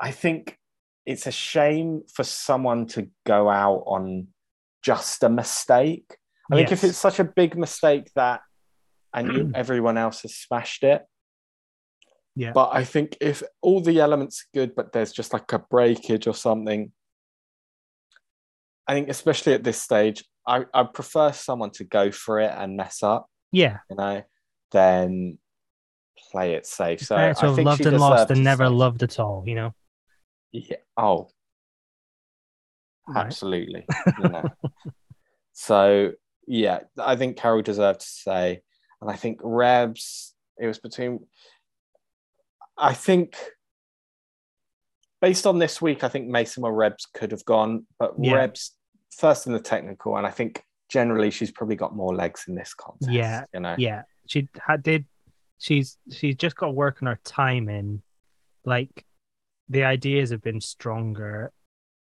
Speaker 2: I think it's a shame for someone to go out on just a mistake. I think if
Speaker 1: Yes.
Speaker 2: it's such a big mistake that and you, everyone else has smashed it.
Speaker 1: Yeah.
Speaker 2: But I think if all the elements are good, but there's just like a breakage or something, I think especially at this stage, I, I prefer someone to go for it and mess up,
Speaker 1: yeah,
Speaker 2: you know, than play it safe. So
Speaker 1: better to
Speaker 2: I
Speaker 1: have
Speaker 2: think
Speaker 1: loved
Speaker 2: she
Speaker 1: and lost
Speaker 2: deserved
Speaker 1: than
Speaker 2: to
Speaker 1: never
Speaker 2: stay.
Speaker 1: loved at all. You know,
Speaker 2: Yeah. Oh,
Speaker 1: Right.
Speaker 2: absolutely. you know. So yeah, I think Carol deserved to say, and I think Rebs. It was between. I think, based on this week, I think Mason or Rebs could have gone, but
Speaker 1: Yeah.
Speaker 2: Rebs first in the technical, and I think generally she's probably got more legs in this contest.
Speaker 1: Yeah.
Speaker 2: you know.
Speaker 1: yeah, she had did. She's she's just got work on her timing. Like the ideas have been stronger,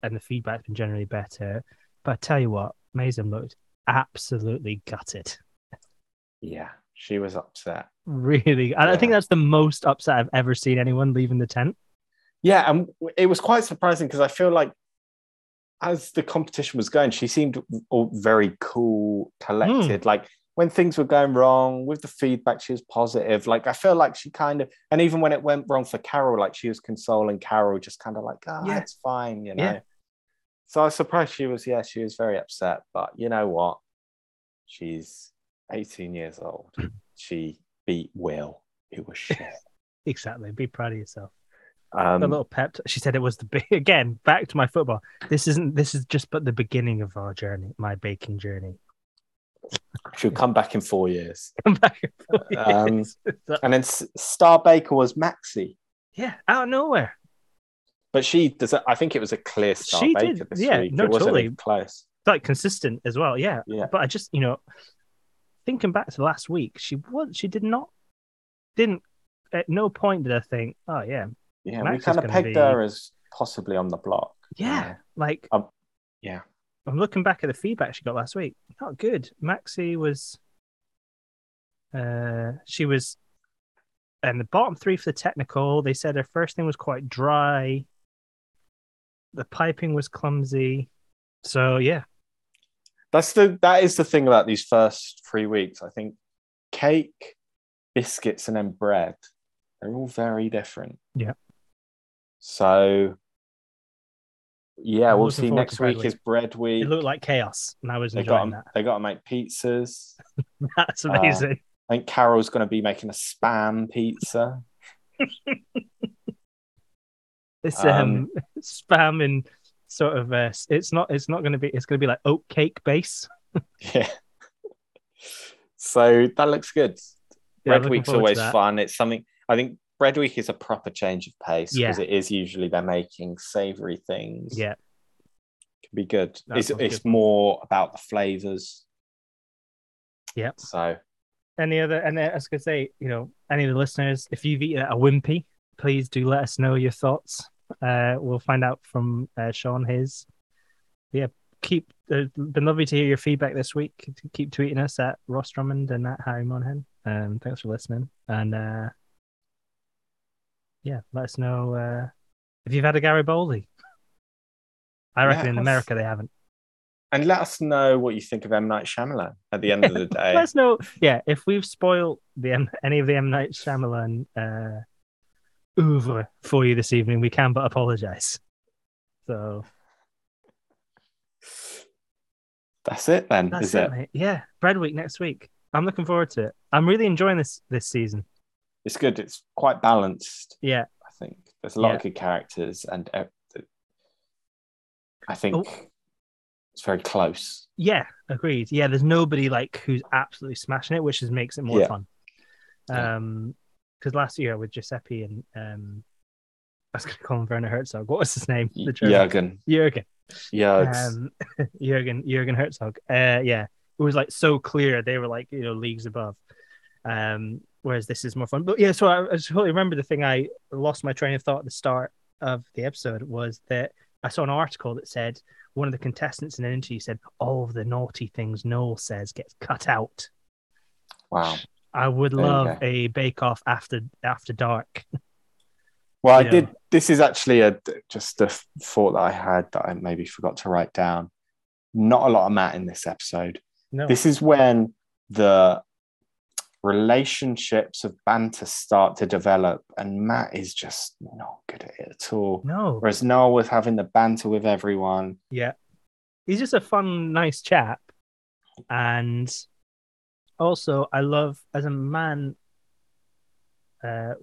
Speaker 1: and the feedback's been generally better. But I tell you what, Mason looked absolutely gutted.
Speaker 2: Yeah, she was upset.
Speaker 1: Really, and I think
Speaker 2: Yeah.
Speaker 1: that's the most upset I've ever seen anyone leaving the tent.
Speaker 2: Yeah, and it was quite surprising because I feel like as the competition was going, she seemed all very cool, collected.
Speaker 1: Hmm.
Speaker 2: Like when things were going wrong with the feedback, she was positive. Like I feel like she kind of, and even when it went wrong for Carol, like she was consoling Carol, just kind of like, ah,
Speaker 1: Yeah.
Speaker 2: it's fine, you know.
Speaker 1: Yeah.
Speaker 2: So I was surprised she was, yeah, she was very upset. But you know what? She's 18 years old.
Speaker 1: Hmm.
Speaker 2: she beat Will, who was shit.
Speaker 1: Exactly. Be proud of yourself. a
Speaker 2: Um,
Speaker 1: little pep. t- She said it was the big again. Back to my football. This isn't. This is just but the beginning of our journey, my baking journey.
Speaker 2: she'll come back in four years.
Speaker 1: Come back. and forth.
Speaker 2: Um,
Speaker 1: Yes. So-
Speaker 2: And then S- Star Baker was Maxi,
Speaker 1: yeah, out of nowhere.
Speaker 2: but she does. I think it was a clear Star
Speaker 1: She
Speaker 2: Baker
Speaker 1: did,
Speaker 2: this
Speaker 1: yeah,
Speaker 2: week.
Speaker 1: no,
Speaker 2: it wasn't
Speaker 1: totally.
Speaker 2: even close.
Speaker 1: Like consistent as well. Yeah.
Speaker 2: Yeah.
Speaker 1: But I just you know, thinking back to last week, she was. She did not. Didn't. At no point did I think. Oh yeah.
Speaker 2: Yeah,
Speaker 1: Max
Speaker 2: we
Speaker 1: is
Speaker 2: kind of
Speaker 1: gonna
Speaker 2: pegged
Speaker 1: be-
Speaker 2: her as possibly on the block.
Speaker 1: Yeah. Like.
Speaker 2: Um, yeah.
Speaker 1: I'm looking back at the feedback she got last week. Not good. Maxi was. Uh, she was, and the bottom three for the technical. They said her first thing was quite dry. The piping was clumsy. So yeah,
Speaker 2: That's the that is the thing about these first three weeks. I think cake, biscuits, and then bread. They're all very different.
Speaker 1: Yeah.
Speaker 2: So yeah,
Speaker 1: I'm
Speaker 2: we'll
Speaker 1: looking
Speaker 2: see.
Speaker 1: forward
Speaker 2: Next
Speaker 1: to bread
Speaker 2: week
Speaker 1: week.
Speaker 2: is bread week.
Speaker 1: it looked like chaos, and I was
Speaker 2: they got
Speaker 1: enjoying
Speaker 2: to,
Speaker 1: that.
Speaker 2: they got to make pizzas.
Speaker 1: That's
Speaker 2: uh,
Speaker 1: amazing.
Speaker 2: I think Carol's going to be making a spam pizza.
Speaker 1: It's
Speaker 2: Um,
Speaker 1: um, spam and sort of uh, s- it's not it's not going to be it's going to be like oat cake base.
Speaker 2: Yeah. So that looks good.
Speaker 1: Yeah,
Speaker 2: Bread
Speaker 1: looking
Speaker 2: Week's
Speaker 1: forward to
Speaker 2: always
Speaker 1: that.
Speaker 2: fun. It's something I think Bread Week is a proper change of pace because
Speaker 1: Yeah.
Speaker 2: it is usually they're making savory things.
Speaker 1: Yeah,
Speaker 2: It can be good.
Speaker 1: That
Speaker 2: it's
Speaker 1: sounds
Speaker 2: it's
Speaker 1: good.
Speaker 2: more about the flavors.
Speaker 1: Yeah.
Speaker 2: So
Speaker 1: any other and then I was gonna say, you know, any of the listeners, if you've eaten at a wimpy, please do let us know your thoughts. Uh, we'll find out from uh, Sean his. Yeah, keep. Uh, been lovely to hear your feedback this week. Keep tweeting us at Ross Drummond and at Harry Monaghan. Um, thanks for listening, and uh, yeah, let us know uh, if you've had a Garibaldi. I reckon in
Speaker 2: Yes.
Speaker 1: America they haven't.
Speaker 2: and let us know what you think of M Night Shyamalan at the end of the day.
Speaker 1: Let us know, yeah, if we've spoiled the M- any of the M Night Shyamalan uh, oeuvre for you this evening, we can but apologise. So
Speaker 2: That's it then,
Speaker 1: that's
Speaker 2: is
Speaker 1: it,
Speaker 2: it?
Speaker 1: mate. Yeah, Bread Week next week. I'm looking forward to it. I'm really enjoying this this season.
Speaker 2: It's good. It's quite balanced.
Speaker 1: Yeah.
Speaker 2: I think there's a lot
Speaker 1: Yeah.
Speaker 2: of good characters, and uh, th- I think
Speaker 1: Oh.
Speaker 2: it's very close.
Speaker 1: Yeah, agreed. Yeah, there's nobody like who's absolutely smashing it, which is makes it more
Speaker 2: Yeah.
Speaker 1: fun.
Speaker 2: Yeah.
Speaker 1: Um, because last year with Giuseppe and um, I was going to call him Werner Herzog. What was his name?
Speaker 2: Y-
Speaker 1: German.
Speaker 2: Jurgen,
Speaker 1: Jurgen.
Speaker 2: Jurgs,
Speaker 1: um, Jurgen Jurgen Herzog. Uh, yeah, it was like so clear they were like you know leagues above. Um, whereas this is more fun. But yeah, so I, I just totally remember the thing I lost my train of thought at the start of the episode was that I saw an article that said one of the contestants in an interview said all of the naughty things Noel says gets cut out.
Speaker 2: Wow.
Speaker 1: I would
Speaker 2: There you
Speaker 1: love
Speaker 2: go.
Speaker 1: a bake off after after dark.
Speaker 2: Well, I
Speaker 1: Yeah.
Speaker 2: did. This is actually a just a thought that I had that I maybe forgot to write down. Not a lot of Matt in this episode.
Speaker 1: No.
Speaker 2: This is when the relationships of banter start to develop, and Matt is just not good at it at all.
Speaker 1: no.
Speaker 2: Whereas Noel was having the banter with everyone.
Speaker 1: Yeah. He's just a fun, nice chap. And also, I love as a man uh,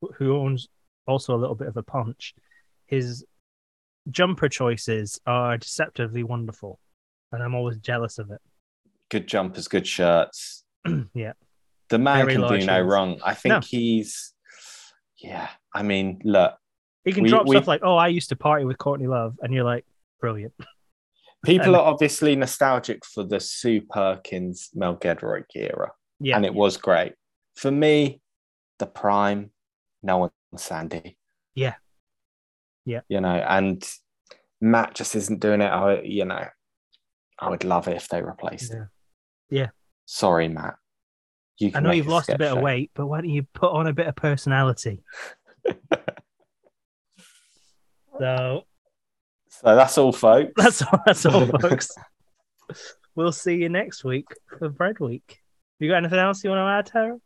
Speaker 1: who- who owns also a little bit of a punch, his jumper choices are deceptively wonderful. And I'm always jealous of it.
Speaker 2: Good jumpers, good shirts.
Speaker 1: yeah.
Speaker 2: The man
Speaker 1: Very
Speaker 2: can
Speaker 1: large
Speaker 2: do no
Speaker 1: ones.
Speaker 2: wrong. I think
Speaker 1: No.
Speaker 2: he's, yeah. I mean, look,
Speaker 1: He can
Speaker 2: We-
Speaker 1: drop
Speaker 2: we-
Speaker 1: stuff like, oh, I used to party with Courtney Love. And you're like, brilliant.
Speaker 2: People
Speaker 1: And-
Speaker 2: are obviously nostalgic for the Sue Perkins Mel Gedroy era,
Speaker 1: Yeah.
Speaker 2: and it was great. For me, the prime, no one Sandy.
Speaker 1: Yeah. Yeah.
Speaker 2: You know, and Matt just isn't doing it. I, you know, I would love it if they replaced it.
Speaker 1: Yeah.
Speaker 2: Sorry, Matt. You
Speaker 1: I
Speaker 2: can
Speaker 1: know
Speaker 2: make
Speaker 1: you've lost a
Speaker 2: sketch
Speaker 1: bit of
Speaker 2: show.
Speaker 1: weight, but why don't you put on a bit of personality? so
Speaker 2: So that's all, folks.
Speaker 1: that's all, that's all, folks. We'll see you next week for Bread Week. You got anything else you want to add, Tara?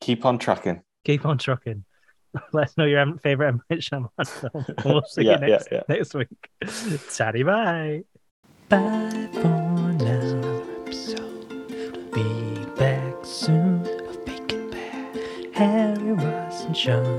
Speaker 2: Keep on trucking.
Speaker 1: Keep on trucking. Let us know your em- favorite M. Night Shyamalan film. and We'll see
Speaker 2: Yeah,
Speaker 1: you
Speaker 2: yeah,
Speaker 1: next,
Speaker 2: yeah.
Speaker 1: next week. Taddy bye.
Speaker 3: Bye for now. Episode. Be back soon. Of Bacon Bear, Harry Ross and Sean.